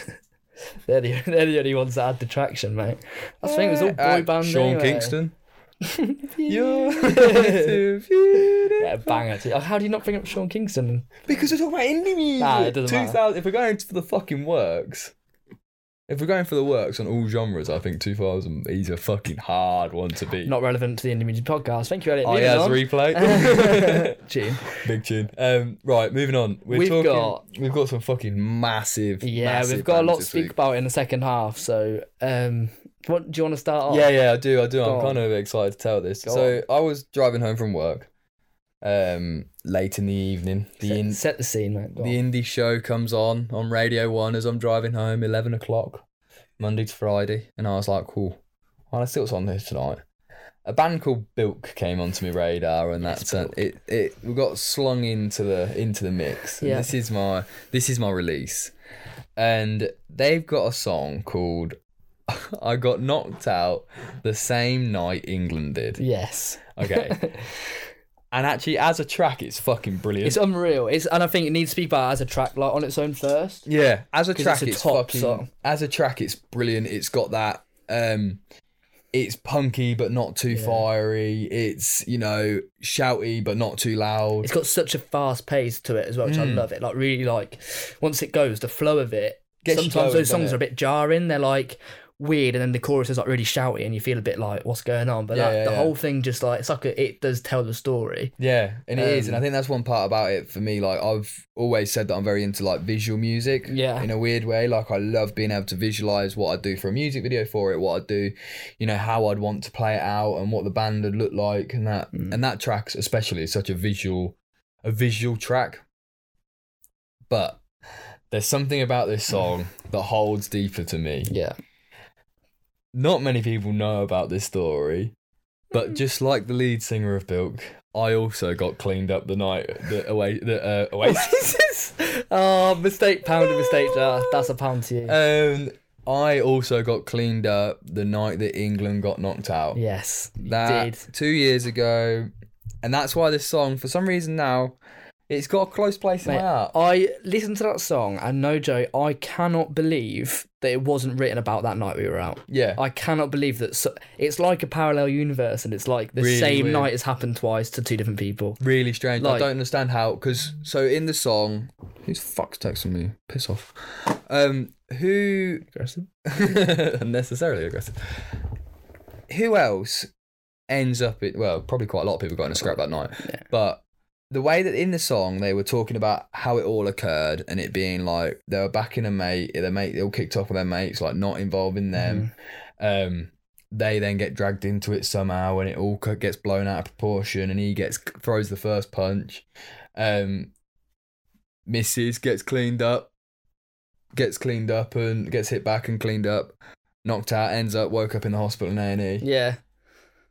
they're the they're the only ones that had the traction, mate. I think it was all boy
Uh,
bands.
Sean
anyway.
Kingston. You're
yeah,
too beautiful.
banger. too. Oh, How do you not bring up Sean Kingston?
Because we're talking about indie music.
Nah, it doesn't matter.
2000 If we're going for the fucking works, if we're going for the works on all genres, I think 2000 is a fucking hard one to beat.
Not relevant to the Indie Music Podcast. Thank you, Elliot.
Oh
Moving
yeah, it's
on.
replay.
Gene.
Big tune. Um, right, moving on. We're
We've
talking,
got-
we've got some fucking massive.
Yeah,
massive
we've got a
bands
lot to
this
speak
week.
about in the second half. So, um, what do you want to start off?
Yeah, yeah, I do, I do.
Go
I'm
on.
kind of excited to tell this.
Go
so I was driving home from work, um, late in the evening. The
set,
in,
set the scene, mate. Go
The
on.
indie show comes on on Radio One as I'm driving home, eleven o'clock, Monday to Friday, and I was like, "Cool, well, I see what's on here tonight." A band called Bilk came onto my radar, and that's uh, it. It we got slung into the into the mix. And
Yeah.
This is my this is my release, and they've got a song called "I Got Knocked Out" the same night England did.
Yes,
Okay. And actually, as a track, it's fucking brilliant.
it's unreal. It's and I think it needs to be about as a track, like on its own first.
Yeah, as a track,
it's a
it's,
top
fucking.
song.
As a track, it's brilliant. It's got that. um It's punky but not too fiery. It's you know shouty but not too loud.
It's got such a fast pace to it as well, which
Mm.
I love it. Like really, like once it goes, the flow of it.
Gets you
sometimes
going,
those
doesn't
songs
it?
are a bit jarring. They're like weird, and then the chorus is like really shouty, and you feel a bit like what's going on. But
Yeah,
that,
yeah,
the
yeah.
whole thing just like it's like a, it does tell the story.
yeah, and it is, and I
Um,
think that's one part about it for me. Like I've always said that I'm very into like visual music.
Yeah.
in a weird way. Like I love being able to visualize what I do for a music video for it, what I do, you know, how I'd want to play it out, and what the band would look like, and that
Mm.
and that tracks especially is such a visual, a visual track. But there's something about this song that holds deeper to me.
Yeah,
Not many people know about this story,
Hmm.
but just like the lead singer of Bilk, I also got cleaned up the night the away the uh, Oasis.
Oh, mistake, pound of mistake. Jar. That's a pound to you.
Um, I also got cleaned up the night that England got knocked out.
yes, you
that
did.
two years ago, and that's why this song, for some reason now, it's got a close place in
Mate,
my heart.
I listened to that song, and no joke, I cannot believe that it wasn't written about that night we were out.
Yeah,
I cannot believe that. So, it's like a parallel universe, and it's like the
Really
same
weird.
night has happened twice to two different people.
really strange. I
like-
don't understand how. Because so in the song, who's fuck's texting me? Piss off. Um, who unnecessarily aggressive. Who else ends up in? Well, probably quite a lot of people got in a scrap that night. But the way that in the song they were talking about how it all occurred and it being like they were backing a mate, their mate, they all kicked off with their mates, like not involving them. Um, they then get dragged into it somehow, and it all co- gets blown out of proportion, and he gets throws the first punch. Um, Mrs. gets cleaned up, gets cleaned up, and gets hit back and cleaned up, knocked out, ends up woke up in the hospital in A and E.
Yeah,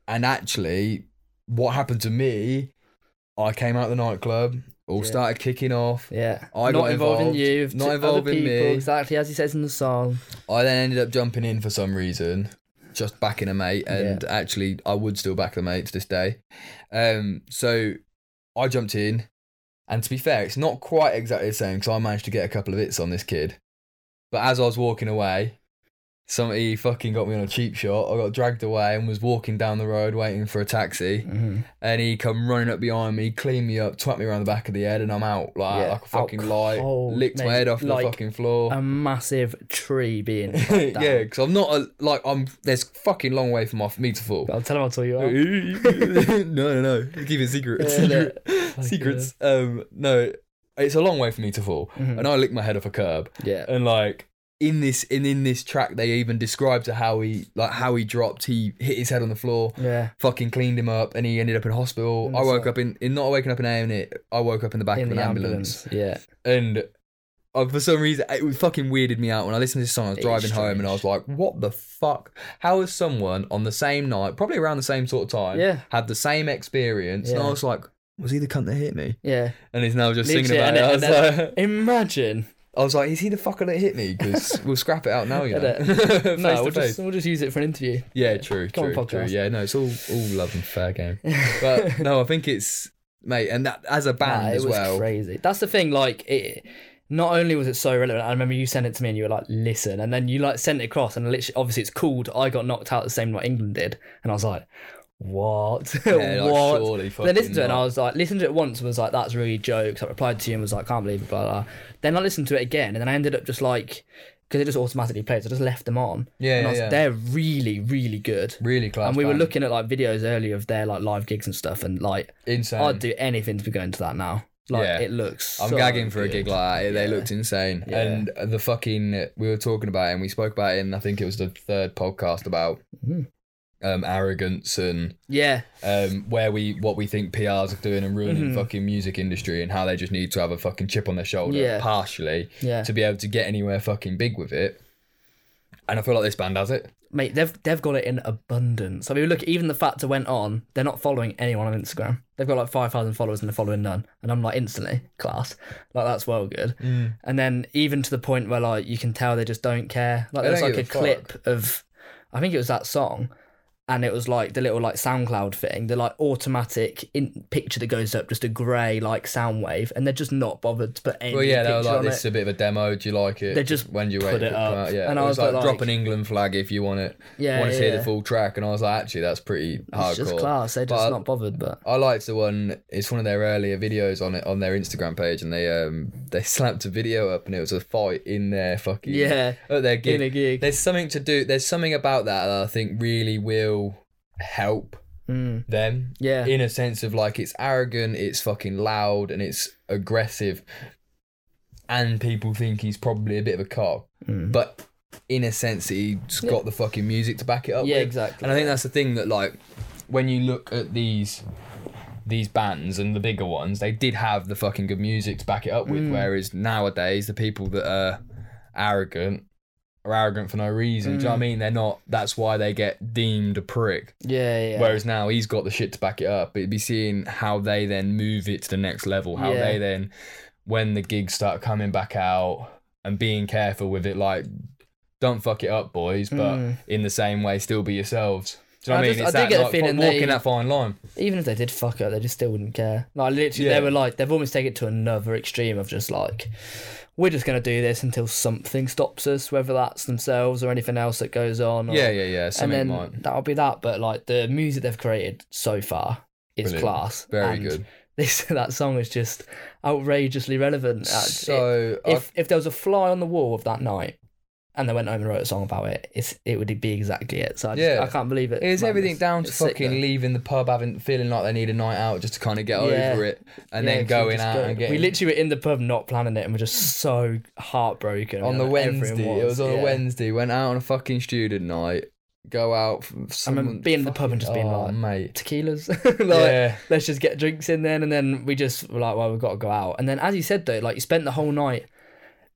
And actually, what happened to me? I came out of the nightclub, all
Yeah.
started kicking off.
yeah.
I
not
got
involving
involved,
you,
not
to other
involving me.
people, Exactly as he says in the song.
I then ended up jumping in for some reason, just backing a mate, and actually I would still back the mate to this day. Um, so I jumped in, and to be fair, it's not quite exactly the same because I managed to get a couple of hits on this kid. But as I was walking away, Somebody fucking got me on a cheap shot. I got dragged away and was walking down the road waiting for a taxi.
Mhm.
And he come running up behind me, cleaned me up, twat me around the back of the head, and I'm out like,
Yeah,
like a fucking
out
light.
cold,
Licked my
mate.
head off
Like
the fucking floor.
A massive tree being. knocked down.
yeah, because I'm not a, like I'm. There's fucking long way from my, me to fall.
I'll tell him I'll tell you.
no,
Out.
no, no. Keep it secret.
Yeah, no.
Secret- Secrets. Um, no, it's a long way for me to fall,
Mhm.
and I lick my head off a curb.
Yeah.
And like in this, in in this track, they even described to how he like how he dropped. He hit his head on the floor.
Yeah.
Fucking cleaned him up, and he ended up in hospital.
And
I
it's
woke
like-
up in, in not waking up in a unit. I woke up in the back
In
of an
the
ambulance
ambulance. Yeah.
and I, for some reason it was fucking weirded me out when I listened to this song. I was
It's
driving home and I was
strange.
like, "What the fuck? How has someone on the same night, probably around the same sort of time,
Yeah.
had the same experience?" And I
Yeah.
was like, "Was he the cunt that hit me?"
Yeah.
And he's now just singing
Literally,
about it. I was,
and then-
like,
Imagine.
I was like, "Is he the fucker that hit me?" Because we'll scrap it out now, you know.
Edit.
face
no,
to
we'll
face.
just we'll just use it for an interview.
Yeah, true,
Come on,
true, true.
podcast.
Yeah, no, it's all all love and fair game. But no, I think it's mate, and that as a band
Nah, Ah, it
as
was
well.
crazy. That's the thing. Like it. Not only was it so relevant, I remember you sent it to me and you were like, "Listen," and then you like sent it across, and literally, obviously, it's called "I Got Knocked Out" the same night England did, and I was like, "What?
Yeah, like,
what?"
surely
Then
fucking
listened to it and
not.
I was like, listened to it once and was like, that's really jokes. I replied to you and was like, can't believe it, blah, blah. Then I listened to it again and then I ended up just like, because it just automatically plays, I just left them on.
Yeah,
and
yeah,
I was,
yeah.
They're really, really good.
really class.
and we were
band.
looking at like videos earlier of their like live gigs and stuff and like,
insane.
I'd do anything to be going to that now. Like,
Um, Yeah.
it looks.
I'm
so
gagging for a
good.
gig like that. They
Yeah.
looked insane.
Yeah.
And the fucking, we were talking about it and we spoke about it in, I think it was the third podcast about
Mhm.
um, arrogance and
Yeah.
um, where we, what we think PRs are doing and ruining
Mhm.
fucking music industry and how they just need to have a fucking chip on their shoulder,
Yeah.
partially,
Yeah.
to be able to get anywhere fucking big with it. And I feel like this band has it.
Mate, they've, they've got it in abundance. I mean, look, even the factor went on, they're not following anyone on Instagram. They've got like 5,000 followers and they're following none. And I'm like, instantly, class. Like, that's well good.
Mm.
And then even to the point where like you can tell they just don't care. Like,
They
there's
don't
like a
give a
clip of, I think it was that song. And it was like the little like SoundCloud thing, the like automatic in- picture that goes up, just a grey like sound wave, and they're just not bothered to put any
Well, yeah, they
picture
were like,
on
this is
it.
a bit of a demo. Do you like it?
They just
when do you
put
wait for
it
to
up.
Come out? Yeah,
And
it
I
was
was
like,
like-
drop an England flag if you want it.
Yeah,
want to hear
yeah.
the full track, and I was like, actually, that's pretty hardcore.
It's just class. They're just
But-
not bothered, but
I liked the one. It's one of their earlier videos on it on their Instagram page, and they um they slapped a video up, and it was a fight in their fucking
yeah,
at their
in
gig.
a gig.
There's something to do. There's something about that that I think really will help
Mm,
them
yeah.
in a sense of like it's arrogant, it's fucking loud, and it's aggressive, and people think he's probably a bit of a cock,
Mm.
but in a sense he's
Yeah.
got the fucking music to back it up.
Yeah,
with.
exactly.
And I think that's the thing that like when you look at these these bands and the bigger ones, they did have the fucking good music to back it up with.
Mm.
Whereas nowadays the people that are arrogant are arrogant for no reason. Do you know what I
Mm.
mean? They're not that's why they get deemed a prick.
yeah, yeah.
Whereas now he's got the shit to back it up. It'd be seeing how they then move it to the next level, how
Yeah.
they then when the gigs start coming back out and being careful with it, like don't fuck it up, boys, but
Mm.
in the same way, still be yourselves. Do you know what
I
I mean?
just-
it's
I do
that,
get the
like,
feeling
walking
they-
that fine line.
even if they did fuck up, they just still wouldn't care. Like literally,
Yeah.
they were like they've almost taken it to another extreme of just like we're just gonna do this until something stops us, whether that's themselves or anything else that goes on. Or,
Yeah, yeah, yeah.
and
Something
then
might.
that'll be that. But like the music they've created so far is
Brilliant.
class.
Very
and
good.
This that song is just outrageously relevant. Uh, it-
So
if if there was a fly on the wall of that night. And they went home and wrote a song about it. It's it would be exactly it. So I, just,
Yeah.
I can't believe it.
It was
Man,
everything
it's-
down to
it's sick,
fucking
though.
leaving the pub, having feeling like they need a night out just to kind of get
Yeah.
over it, and
Yeah,
then
'cause we
going
just
out
go-
and getting.
We literally were in the pub not planning it and we're just so heartbroken.
on
And
the
everyone
Wednesday, it was on
yeah.
a Wednesday. Went out on a fucking student night. Go out. f- someone-
being in the pub and just being
oh,
like-
mate.
Tequilas. like,
Yeah.
let's just get drinks in then. And then we just were like, well, we've got to go out. And then, as you said, though, like you spent the whole night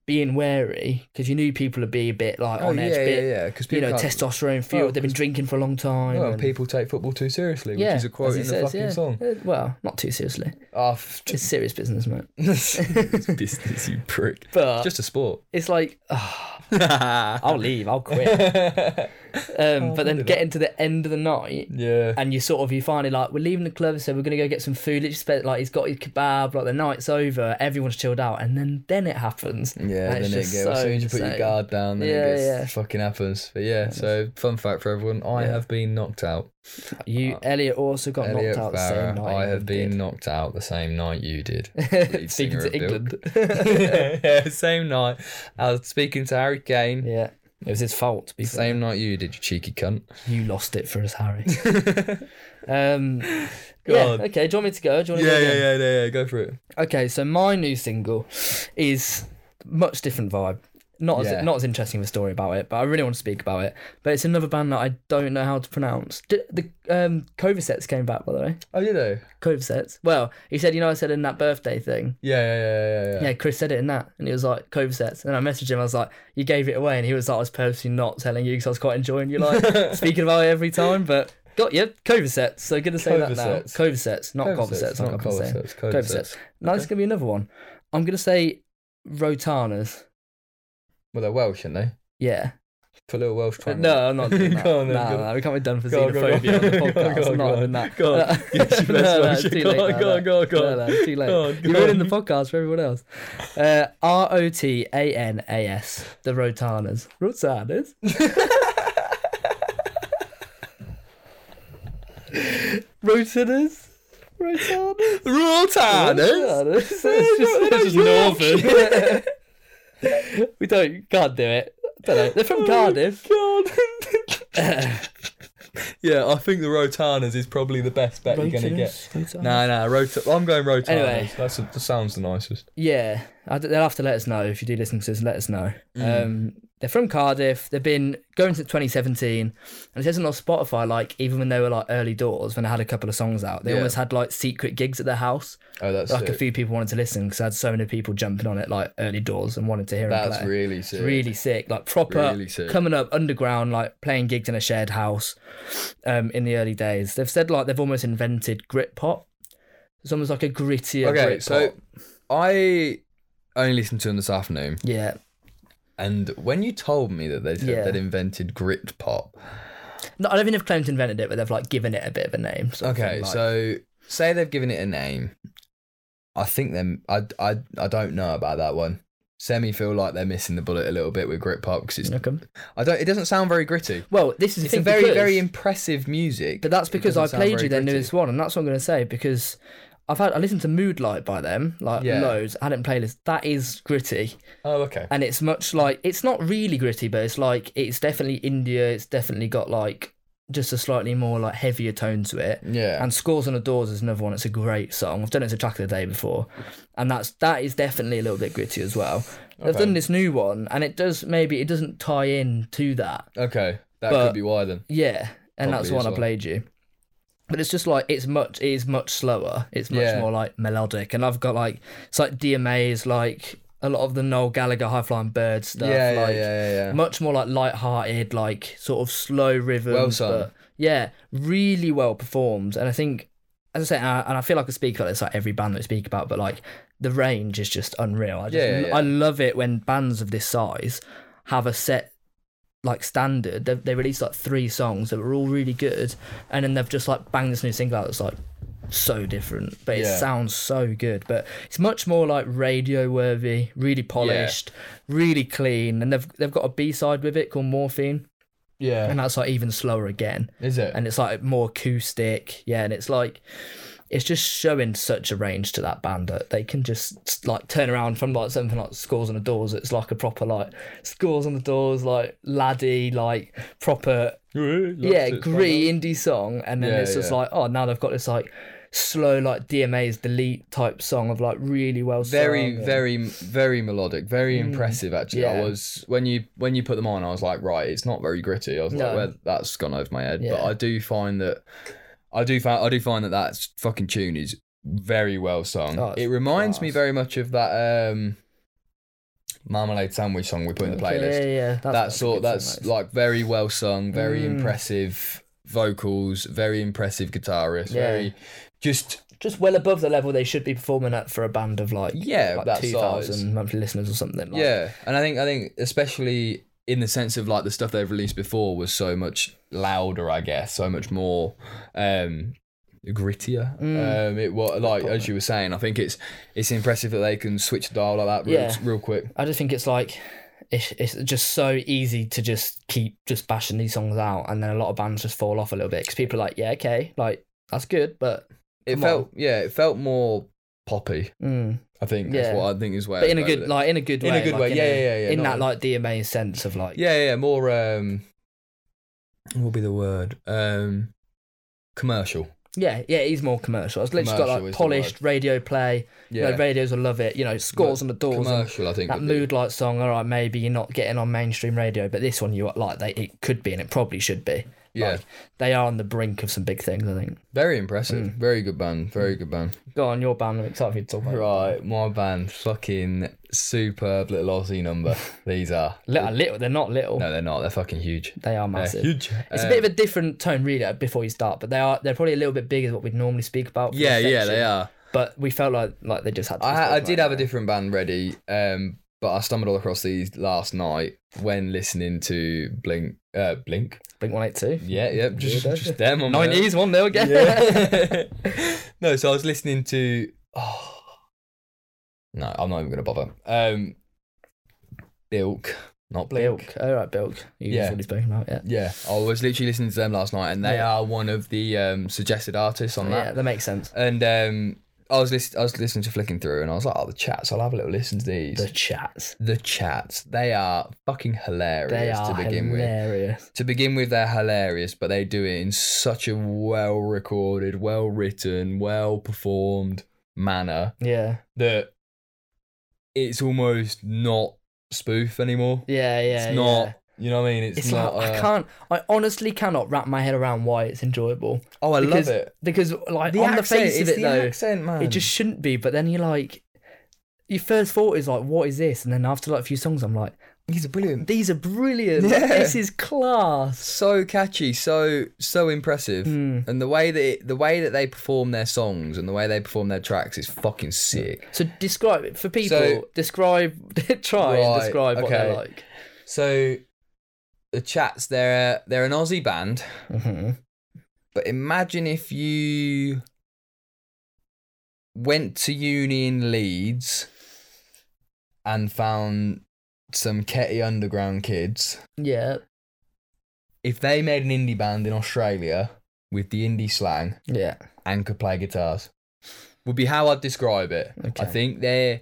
being wary because you knew people would be a bit like
Oh
on
yeah,
edge,
yeah,
bit,
yeah. Because
you
people
know,
can't-
testosterone fueled.
Well,
They've been
'cause-
drinking for a long time.
Well,
and-
people take football too seriously, which
yeah,
is a
as
quote
he
in the
says,
fucking
yeah.
song.
Uh, Well, not too seriously.
Oh, f-
It's serious business, mate.
business, you prick.
But
Just a sport.
it's like, ugh, I'll leave. I'll quit. Um,
Oh,
but
I
then
did
getting to the end of the night,
Yeah.
and you sort of you finally like we're leaving the club, so we're gonna go get some food. It's just like he's got his kebab, like the night's over, everyone's chilled out, and then then it happens.
Yeah,
That's
then it
just
goes. as
so
soon as you put your
insane.
guard down, then
Yeah,
it gets,
yeah.
fucking happens. But yeah, so fun fact for everyone, I
Yeah.
have been knocked out.
You
Uh,
Elliot also got
Elliot
knocked out
Farah,
the same night.
I
you
have
did.
been knocked out the same night you did. lead
speaking
singer
to
of Bilk.
England.
yeah, same night. I was speaking to Harry Kane.
yeah, it was his fault. To be fair.
Same night you did, you cheeky cunt.
You lost it for us, Harry. um, yeah.
God.
Okay. Do you want me to go? Do you want to
Yeah,
go
yeah,
again?
yeah, yeah, yeah. Go for it.
Okay. So my new single is much different vibe. Not as
Yeah.
not as interesting of a story about it, but I really want to speak about it. But it's another band that I don't know how to pronounce. D- The um, Covisets came back, by the way.
Oh, did I?
Covisets. Well, he said, you know, I said in that birthday thing.
Yeah, yeah, yeah, yeah, yeah.
Yeah, Chris said it in that, and he was like, "Cove sets." And I messaged him, I was like, "You gave it away," and he was like, "I was purposely not telling you because I was quite enjoying you like speaking about it every time." But got you, Cove sets. So good to say that now.
Covisets.
Cove sets, not
Cover
Cove sets.
not
Not Cove sets.
Covisets,
Covisets.
Covisets.
Now this is gonna be another one. I'm gonna say Rotanas.
Well, they're Welsh, aren't they?
Yeah.
Put a little Welsh twang. on it.
No, I'm not doing that.
Go on then,
nah,
go on.
nah, we can't be done for
Go on, go on,
xenophobia on,
go on.
the podcast.
Go on,
I'm
go
not
on.
having that.
Go on. Get your best
no, no, it's
version.
too
Go
late.
on,
now,
go on,
no.
go on, go
No,
on.
no, it's too late.
Go on, go
You're ruining the
on.
podcast for everyone else. Uh, R O T A N A S, the Rotanas. Rotanas? Rotanas? Rotanas?
Ah, Rotanas.
Rotanas? It's just,
not-
it's just northern. we don't, can't do it. don't know. They're from
Oh,
Cardiff.
yeah, I think the Rotanas is probably the best bet you're gonna get.
Rotanas?
No, no, Rota- I'm going Rotanas.
Anyway.
That's that sounds the nicest.
Yeah, I d- they'll have to let us know if you do listen to us. Let us know.
Mm.
Um, they're from Cardiff. They've been going since 2017, and it says on their Spotify like even when they were like early doors, when they had a couple of songs out, they
Yeah.
almost had like secret gigs at their house.
Oh, that's
Like a
sick.
few people wanted to listen because I had so many people jumping on it like early doors and wanted to hear
That's
them play.
really sick.
Really sick, like proper
Really sick.
coming up underground, like playing gigs in a shared house. Um, in the early days, they've said like they've almost invented grit pop. It's almost like a grittier.
okay,
Britpop.
so I only listened to them this afternoon,
yeah,
and when you told me that they said
Yeah.
they'd invented grit pop,
No, I don't think they've claimed to invented it, but they've like given it a bit of a name. sort of
Okay,
thing, like-
so say they've given it a name. I think them. I I I don't know about that one. Semi feel like they're missing the bullet a little bit with grit pop because it's.
Okay.
I don't. It doesn't sound very gritty.
Well, this is
It's a very very impressive music.
but that's because I
doesn't sound
played
very
you their
gritty.
newest one, and that's what I'm going to say because I've had I listened to Moodlight by them like
Yeah.
loads. I had it in playlist. That is gritty,
oh okay.
and it's much like it's not really gritty, but it's like it's definitely India. It's definitely got like just a slightly more like heavier tone to it.
Yeah.
And Scores on the Doors is another one. It's a great song. I've done it as a track of the day before, and that's that is definitely a little bit gritty as well. They've
Okay.
done this new one, and it does maybe it doesn't tie in to that.
okay, that
but-
could be why then.
Yeah, and
Probably
that's the one
as
I
well.
played you. But it's just like it's much it is much slower. It's much
Yeah.
more like melodic, and I've got like it's like DMA's like a lot of the Noel Gallagher High Flying Bird stuff.
yeah, yeah,
like,
yeah, yeah, yeah.
much more like light-hearted, like sort of slow rhythms.
Well sung.
but yeah, really well performed. And I think, as I say, and I, and I feel like I speak about this like every band that I speak about, but like the range is just unreal. I just,
Yeah, yeah, yeah.
I love it when bands of this size have a set like standard. They, they released like three songs that were all really good, and then they've just like banged this new single out that's like so different, but it
Yeah.
sounds so good. But it's much more like radio worthy, really polished, really clean, and they've they've got a B side with it called Morphine,
yeah.
and that's like even slower again,
Is it?
and it's like more acoustic, yeah, and it's like. It's just showing such a range to that band that they can just like turn around from like something like scores on the doors. It's like a proper like scores on the doors, like laddie, like proper yeah, gritty indie song, and then
Yeah,
it's just
yeah.
like, oh, now they've got this like slow, like DMA's delete type song of like really well.
very
sung and-
very very melodic very impressive actually i
Hmm. Yeah.
was when you when you put them on i was like right it's not very gritty i was
No.
like well, that's gone over my head but
Yeah.
i do find that i do find i do find that that fucking tune is very well sung
Oh, it's
it reminds me
class.
very much of that um marmalade sandwich song we put in the
Yeah,
playlist
Yeah, yeah, that's,
that sort that's
like
like very well sung very
Mm.
impressive vocals very impressive guitarist
Yeah.
very just
just well above the level they should be performing at for a band of like
Yeah,
like
that
two
size.
thousand monthly listeners or something. Like,
yeah and i think i think especially in the sense of like the stuff they've released before was so much louder, I guess, so much more um grittier.
Mm.
Um it was like as you were saying, I think it's it's impressive that they can switch the dial like that real,
Yeah.
real quick.
I just think it's like it's, it's just so easy to just keep just bashing these songs out, and then a lot of bands just fall off a little bit because people are like, yeah, okay, like that's good, but
It
Come on.
felt yeah, it felt more poppy,
mm.
I think. That's
Yeah.
what I think is where
but in a
where
good
the-
like in a good
In a
way,
good
like,
way, yeah,
a-
yeah, yeah,
in
not-
that like DMA sense of like
Yeah, yeah, more um what would be the word? Um commercial.
yeah yeah he's more commercial. It's literally got
Commercial
like
is the
polished radio play, you know,
Yeah.
radios will love it, you know, scores on the doors. and
commercial, I think.
That
would be-
mood light song, all right, maybe you're not getting on mainstream radio, but this one you like, they it could be, and it probably should be.
Yeah.
Like, they are on the brink of some big things, I think.
Very
Mm.
impressive. Very good band. Very good band.
Go on, your band. I'm excited for you to talk about. it.
Right, my band, fucking superb little Aussie number. These are.
Little, little, they're not little.
No, they're not. They're fucking huge.
They are
They're
massive.
huge. Um,
It's a bit of a different tone, really, before you start, but they are they're probably a little bit bigger than what we'd normally speak about. for
yeah,
this
yeah,
section,
they are.
But we felt like like they just had. To be
I, I
spoken
did
about.
have a different band ready, um, but I stumbled all across these last night when listening to Blink. Uh, Blink.
Blink One Eight Two.
Yeah, yeah, just,
Weirdo.
just them on my
Nineties, one 0 again.
Yeah. no, so I was listening to. Oh, no, I'm not even going to bother. Um, Bilk, not Blink.
Bilk. All right, Bilk. You
Yeah.
yeah. already spoken about yeah.
Yeah, I was literally listening to them last night, and they
Yeah.
are one of the um, suggested artists on
Yeah,
that.
that makes sense.
And um, I was list- I was listening to flicking through, and I was like, "Oh, the chats! I'll have a little listen to these."
The
The,
chats.
chats, they are fucking hilarious
They are
to begin with.
hilarious.
To begin with, they're hilarious, but they do it in such a well recorded, well written, well performed manner
Yeah,
that it's almost not spoof anymore.
yeah, yeah.
it's not.
yeah.
You know what I mean? It's,
It's
not.
not. Like, I
uh,
can't. I honestly cannot wrap my head around why it's enjoyable
oh, I
because-
love it.
because like on the face of
it's
it
the
though.
accent, man.
It just shouldn't be, but then you're like, your first thought is like, what is this? And then after like a few songs, I'm like,
he's brilliant.
these are brilliant. Like,
Yeah.
This is class.
So catchy, so so impressive,
Mm.
and the way that it, the way that they perform their songs and the way they perform their tracks is fucking sick.
So describe it for people.
So-
describe, try and
Right,
describe what they're
okay.
like.
So, the Chats, they're they're an Aussie band,
Mm-hmm.
but imagine if you went to uni in Leeds and found some Ketty Underground kids.
Yeah,
If they made an indie band in Australia with the indie slang,
yeah.
and could play guitars. Would be how I'd describe it.
Okay.
I think they're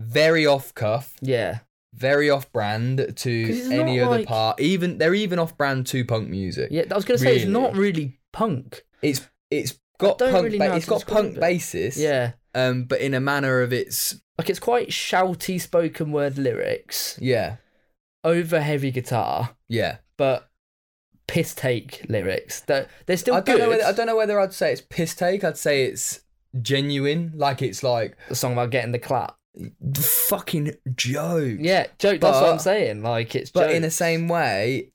very off cuff,
Yeah,
very off brand
'Cause it's
to any
not
other
like-
part. Even they're even off brand to punk music.
yeah. I was gonna say it's
Really?
not really punk.
It's it's got
don't
punk
really know
ba-
how
it's
to
got
describe
punk
it.
basis.
Yeah,
Um but in a manner of its
like it's quite shouty spoken word lyrics
yeah.
over heavy guitar,
Yeah.
but piss take lyrics. They're they're still
I
good.
don't know whether I don't know whether I'd say it's piss take, I'd say it's genuine. Like it's like
the song about getting the clap.
fucking joke.
Yeah, joke. That's what I'm
But-
saying. Like it's
But
jokes.
in the same way,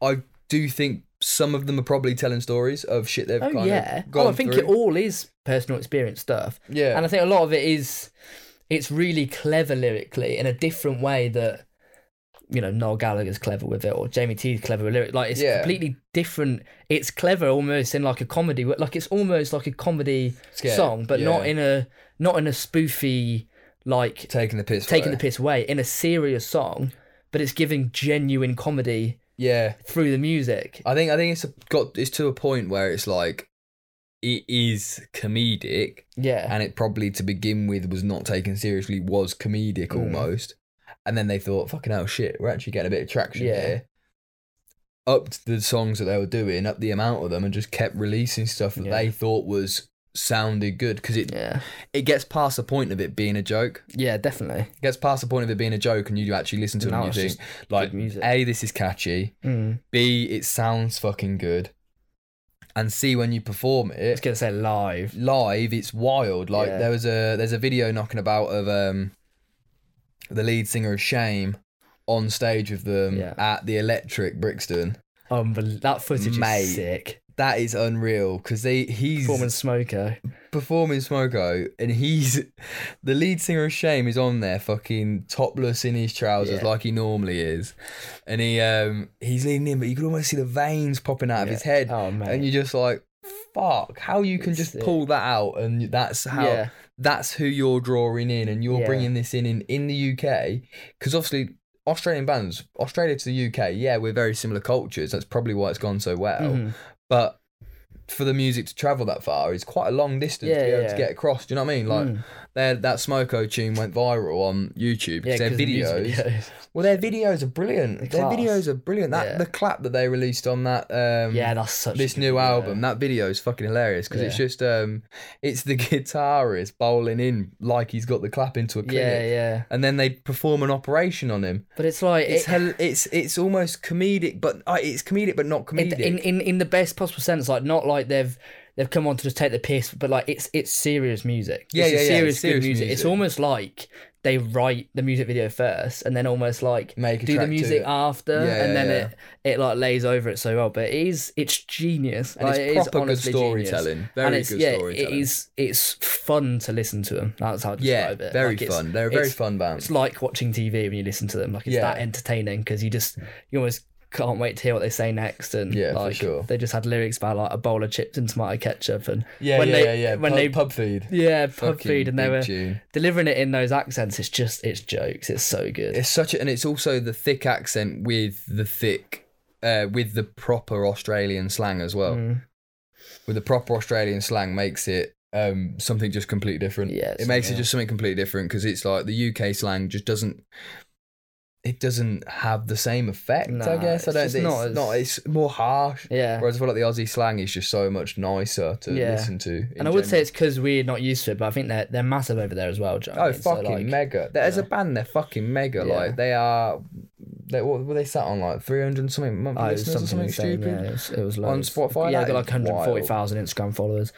I do think some of them are probably telling stories of shit they've
oh
kind
yeah.
of gone
Oh, I think
through.
it all is personal experience stuff,
yeah.
and I think a lot of it is it's really clever lyrically in a different way that you know Noel Gallagher's clever with it or Jamie T's clever with lyric. Like it's
Yeah.
completely different. It's clever almost in like a comedy. Like it's almost like a comedy
Scare,
song, but not
yeah.
in a not in a spoofy like
taking the piss.
taking
way.
the piss way in a serious song, but it's giving genuine comedy
Yeah,
through the music.
I think I think it's got it's to a point where it's like it is comedic,
Yeah.
and it probably to begin with was not taken seriously, was comedic
Mm.
almost, and then they thought, "Fucking hell, shit, we're actually getting a bit of traction
Yeah.
here." Upped the songs that they were doing, up the amount of them, and just kept releasing stuff that
Yeah.
they thought was sounded good because it
Yeah,
it gets past the point of it being a joke.
yeah, definitely.
It gets past the point of it being a joke, and you actually listen to it
Now
and
it's
you
just
think, like,
good music.
a this is catchy.
Mm.
B it sounds fucking good. And C when you perform
I was
it
gonna say live.
live, it's wild. Like
Yeah.
there was a there's a video knocking about of um the lead singer of Shame on stage with them
Yeah.
at the Electric Brixton.
Unbel- that footage
Mate.
is sick.
That is unreal because they he's
Foreman Smoker.
performing Smoko and he's the lead singer of Shame is on there fucking topless in his trousers
Yeah.
like he normally is. And he um he's leaning in, but you can almost see the veins popping out of his head.
Oh man.
And you're just like, fuck, how you can
It's
just
sick.
pull that out and that's how
yeah.
that's who you're drawing in and you're
Yeah.
bringing this in in, in the UK because obviously Australian bands Australia to the UK yeah we're very similar cultures that's probably why it's gone so well
Mhm.
but for the music to travel that far is quite a long distance to
Yeah,
be able to
yeah.
get across do you know what I mean like
Mm.
their that Smoko tune went viral on YouTube
Yeah,
because their
'cause the music
videos
videos.
well their videos are brilliant
They're
their
class.
videos are brilliant that
Yeah.
the clap that they released on that um
yeah, that's such a
this
good
new
video.
album that video is fucking hilarious because it's
Yeah.
just um it's the guitarist bowling in like he's got the clap into a clinic
Yeah, yeah.
and then they perform an operation on him
But it's like
it's
it-
hel- it's it's almost comedic but uh, it's comedic but not comedic
in, in in in the best possible sense, like not like they've they've come on to just take the piss, but like it's it's serious music.
Yeah,
it's
yeah, yeah, it's
serious, good
serious
music. It's
music.
almost like they write the music video first, and then almost like
Make a
do the
track to
music
it.
after,
Yeah, yeah,
and then
yeah.
it it like lays over it so well. But it is it's genius.
and
like, it
it's
is
proper good
honestly genius.
storytelling very
And it's
good
yeah,
storytelling
it is. It's fun to listen to them. That's how I
yeah
describe it.
very
Like, it's-
fun they're a very
it's-
fun band
it's like watching TV when you listen to them. Like it's
Yeah.
that entertaining because you just you almost can't wait to hear what they say next. And
Yeah, for
like,
sure.
They just had lyrics about like a bowl of chips and tomato ketchup and
yeah
when
yeah
they-
yeah, yeah
when
pub,
they-
pub feed
yeah, pub
Fucking
food, and they
big
were
tune.
delivering it in those accents. It's just it's jokes. It's so good.
it's such a, and it's also the thick accent with the thick uh with the proper australian slang as well
Mm.
with the proper Australian slang makes it um, something just completely different.
Yeah, it's
it makes it
unreal.
just something completely different because it's like the UK slang just doesn't. It doesn't have the same effect. I
Nah,
guess I
it's
don't.
just
think
not
it's
as-
not. It's more harsh.
Yeah.
Whereas I feel like the Aussie slang is just so much nicer to
Yeah.
listen to. in
And I would say
general.
it's because we're not used to it, but I think they're they're massive over there as well, John.
oh fucking mega. As a band, they're fucking mega.
Yeah.
Like they are. They what were they sat on like three hundred and something monthly
Oh,
listeners
something,
or something
insane,
stupid.
Yeah, it was, it was
On
loads.
Spotify,
Yeah,
that
I got like
is wild.
140,000 Instagram followers.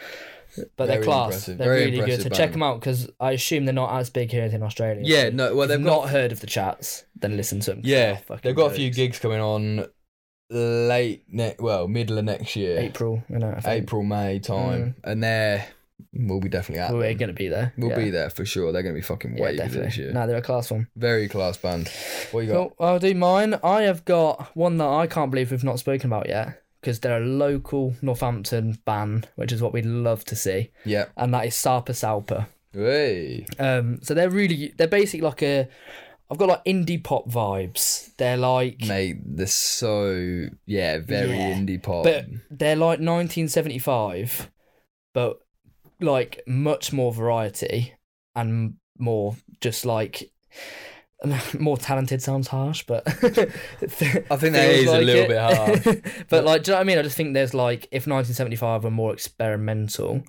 But
Very
they're class.
impressive,
They're
very
really good. So
impressive
check
band.
them out because I assume they're not as big here as in Australia.
Yeah, no. Well,
Well,
they've
they've
got
not heard of the chats, then listen to them.
Yeah, they've got a few gigs coming on late ne- well middle of next year, April,
April, you know, I think.
May time, and they're we'll be definitely at.
Well, We're
them.
going to be there.
We'll
yeah.
be there for sure. They're gonna be fucking
Yeah,
wavy this
definitely.
year.
No, they're a class one.
Very class band. What you got?
Cool. I'll do mine. I have got one that I can't believe we've not spoken about yet because they're a local Northampton band, which is what we'd love to see,
Yeah.
and that is Sarpa Salpa.
Hey.
Um, so they're really they're basically like a I've got like indie pop vibes. They're like
Mate, they're so yeah, very
Yeah.
indie pop.
but they're like 1975, but like much more variety and more just like more talented sounds harsh, but I
I think
think
that is a little bit hard.
but like, do you know what I mean? I just think there's like if 1975 were more experimental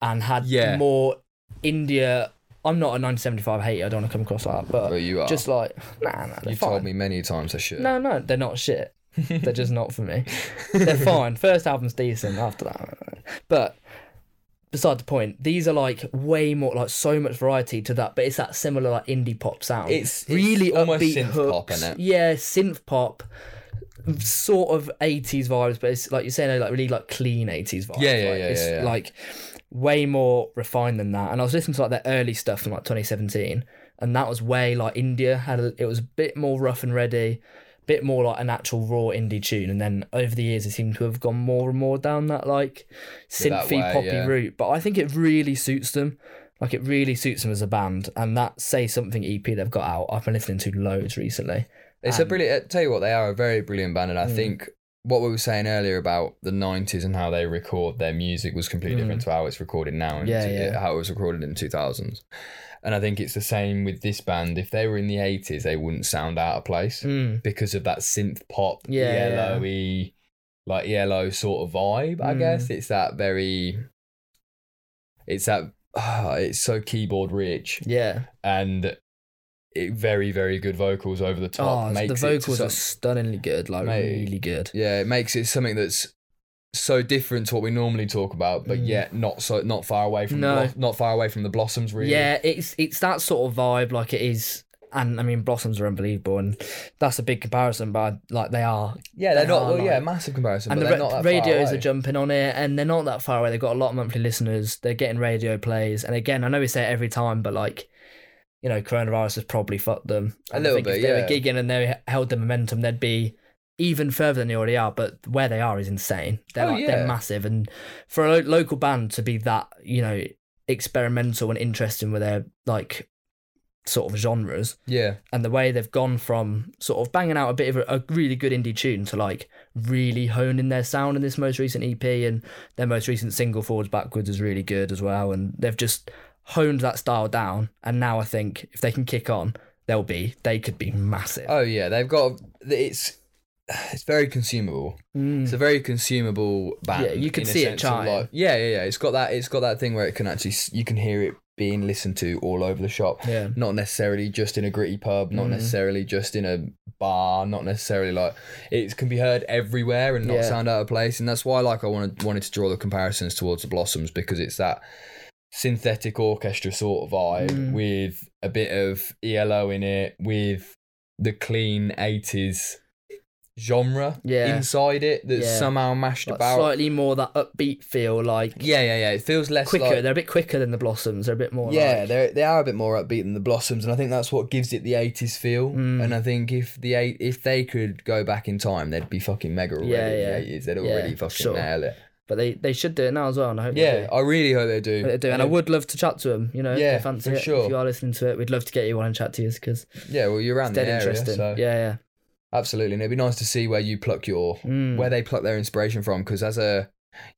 and had
Yeah.
more India. I'm not a 1975 hater. I don't want to come across like that, but
Well, Oh, you are.
just like nah, nah.
You've
fine.
told me many times I should.
No, no, they're not shit. they're just not for me. They're fine. First album's decent. After that, but beside the point, these are like way more like so much variety to that. But it's that similar like indie pop sound.
It's- it's
really
almost
upbeat
synth pop,
hooks.
innit?
Yeah, synth pop. Sort of eighties vibes, but it's like you're saying, like really like clean eighties vibes.
Yeah, yeah,
like,
yeah,
It's
yeah, yeah.
like way more refined than that. And I was listening to like their early stuff from like 2017, and that was way like India had a, it was a bit more rough and ready, bit more like an actual raw indie tune. And then over the years, it seemed to have gone more and more down that like
that
synthy
way,
poppy
yeah.
route. But I think it really suits them. Like it really suits them as a band, and that "Say Something" EP they've got out, I've been listening to loads recently.
It's a
And-
brilliant. I tell you what, they are a very brilliant band, and I
Mm.
think what we were saying earlier about the '90s and how they record their music was completely different to how it's recorded now and
Hmm. Yeah,
to-
yeah.
how it was recorded in 2000s. And I think it's the same with this band. If they were in the '80s, they wouldn't sound out of place
Mm.
because of that synth pop,
Yeah, yeah.
yellowy, like yellow sort of vibe. I
Mm.
guess it's that very. It's that. ah, it's so keyboard rich
Yeah.
and. It, very very good vocals over the top.
Oh, the
makes it to
vocals
some-
are stunningly good, like
Mate.
really good.
yeah, it makes it something that's so different to what we normally talk about, but
Mm.
yet not so not far away from
No.
the, blo- not far away from the blossoms really.
Yeah, it's it's that sort of vibe, like it is and I mean Blossoms are unbelievable, and that's a big comparison. But I, like they are,
Yeah, they're
They
not.
are
Well, yeah,
like-
massive comparison.
and
but
the
they're
ra-
not that far
radios
away.
are jumping on it, and they're not that far away. They've got a lot of monthly listeners. They're getting radio plays, and again, I know we say it every time, but like. You know, coronavirus has probably fucked them.
A
And I
little
think
bit,
if they
yeah.
were gigging and they held the momentum, they'd be even further than they already are. But where they are is insane. They're
Oh,
like
yeah.
they're massive, and for a lo- local band to be that you know experimental and interesting with their like sort of genres,
Yeah,
and the way they've gone from sort of banging out a bit of a, a really good indie tune to like really honing their sound in this most recent EP and their most recent single Forwards Backwards is really good as well and they've just honed that style down and now I think if they can kick on they'll be they could be massive.
Oh yeah, they've got it's it's very consumable.
Mm.
It's a very consumable band.
Yeah, you can
in a
see it
sense of
charting.
like- yeah, yeah, yeah. It's got that. It's got that thing where it can actually s- you can hear it being listened to all over the shop.
Yeah.
Not necessarily just in a gritty pub. Not
Mhm.
necessarily just in a bar. Not necessarily like it can be heard everywhere and not
Yeah.
sound out of place. And that's why like I wanted wanted to draw the comparisons towards the Blossoms because it's that synthetic orchestra sort of vibe
Mm.
with a bit of ELO in it, with the clean 80s genre
Yeah.
inside it that's
Yeah.
somehow mashed
Like
about.
slightly more that upbeat feel like
Yeah, yeah, yeah. It feels less
quicker
like-
they're a bit quicker than the Blossoms they're a bit more
yeah,
like-
they're they are a bit more upbeat than the Blossoms, and I think that's what gives it the eighties feel.
Mm.
And I think if the eight if they could go back in time, they'd be fucking mega already.
Yeah,
in the
yeah.
eighties, they'd
Yeah,
already fucking
sure.
nail it.
but they they should do it now as well and I hope they do.
Yeah, I really hope they do.
that they do, and I would love to chat to them. You know,
Yeah,
if they fancy
for
it.
sure.
If you are listening to it, we'd love to get you on and chat to you because
Yeah, well, you're
it's
around
dead
the area,
interesting.
so
Yeah,
absolutely, and it'd be nice to see where you pluck your
yeah. Mm.
where they pluck their inspiration from because as a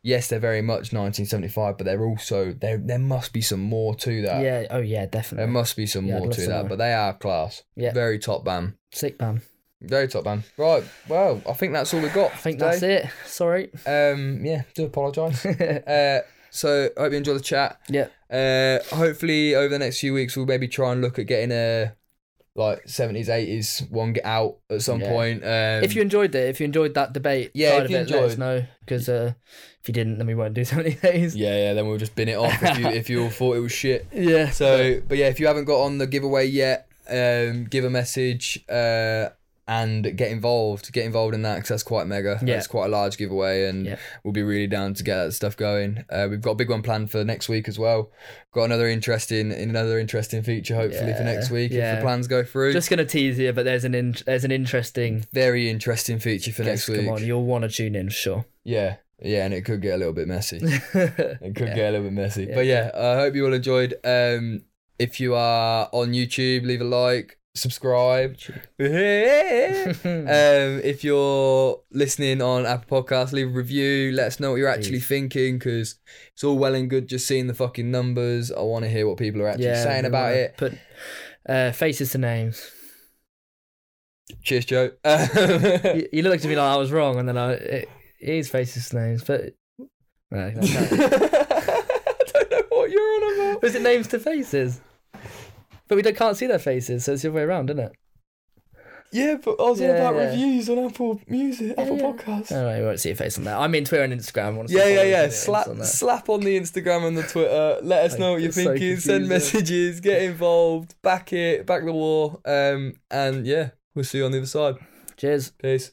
yes they're very much 1975 but they're also there there must be some more to that
yeah. Oh yeah,
there
definitely.
must be some
Yeah, I'd
more
love
to
to
that
know.
but they are class
Yeah.
very top band
Sick man.
very top band right well i think that's all we've got
I think that's it. Sorry.
it um yeah do apologize
yeah.
uh so I hope you enjoy the chat uh hopefully over the next few weeks we'll maybe try and look at getting a like 70s 80s one get out at some
Yeah.
point um
if you enjoyed it, if you enjoyed that debate,
Yeah,
side
if
of
you
it, let us
enjoyed-
know because uh, if you didn't, then we won't do so many days.
yeah yeah then we'll just bin it off if you if you all thought it was shit
Yeah.
So, but yeah, if you haven't got on the giveaway yet, um, give a message uh, and get involved. Get involved in that because that's quite mega.
Yeah.
That's quite a large giveaway, and
Yeah.
we'll be really down to get that stuff going. Uh, we've got a big one planned for next week as well. Got another interesting, another interesting feature hopefully for
Yeah,
next week if
yeah.
the plans go through.
Just gonna tease you, but there's an in- there's an interesting.
very interesting feature for next
guest.
week.
Come on, you'll want to tune in, sure.
Yeah, yeah, and it could get a little bit messy. It could
Yeah.
get a little bit messy.
Yeah.
But yeah, I hope you all enjoyed. Um, if you are on YouTube, leave a like, subscribe. um, if you're listening on Apple Podcasts, leave a review. Let us know what you're actually
Please.
thinking because it's all well and good just seeing the fucking numbers. I want to hear what people are actually
yeah,
saying
we
about
wanna
it.
Put uh, faces to names.
Cheers, Joe. yeah,
you, you looked at me like I was wrong, and then I it, it is faces names, but no, that's not-
I don't know what you're on about.
was it names to faces? But we don't, can't see their faces, so it's the other way around, isn't it?
Yeah, but I was
Yeah, yeah.
reviews on Apple Music, Apple
yeah.
Podcasts.
Oh, no, you won't see a face on that. I mean, Twitter and Instagram. Honestly,
Yeah, yeah,
followers
yeah.
and
Slap,
things on that.
slap on the Instagram and the Twitter. Let us
Like,
know what you're
it's so
thinking. Send
confusing.
messages. Get involved. Back it. Back the war. Um, and yeah, we'll see you on the other side.
Cheers.
Peace.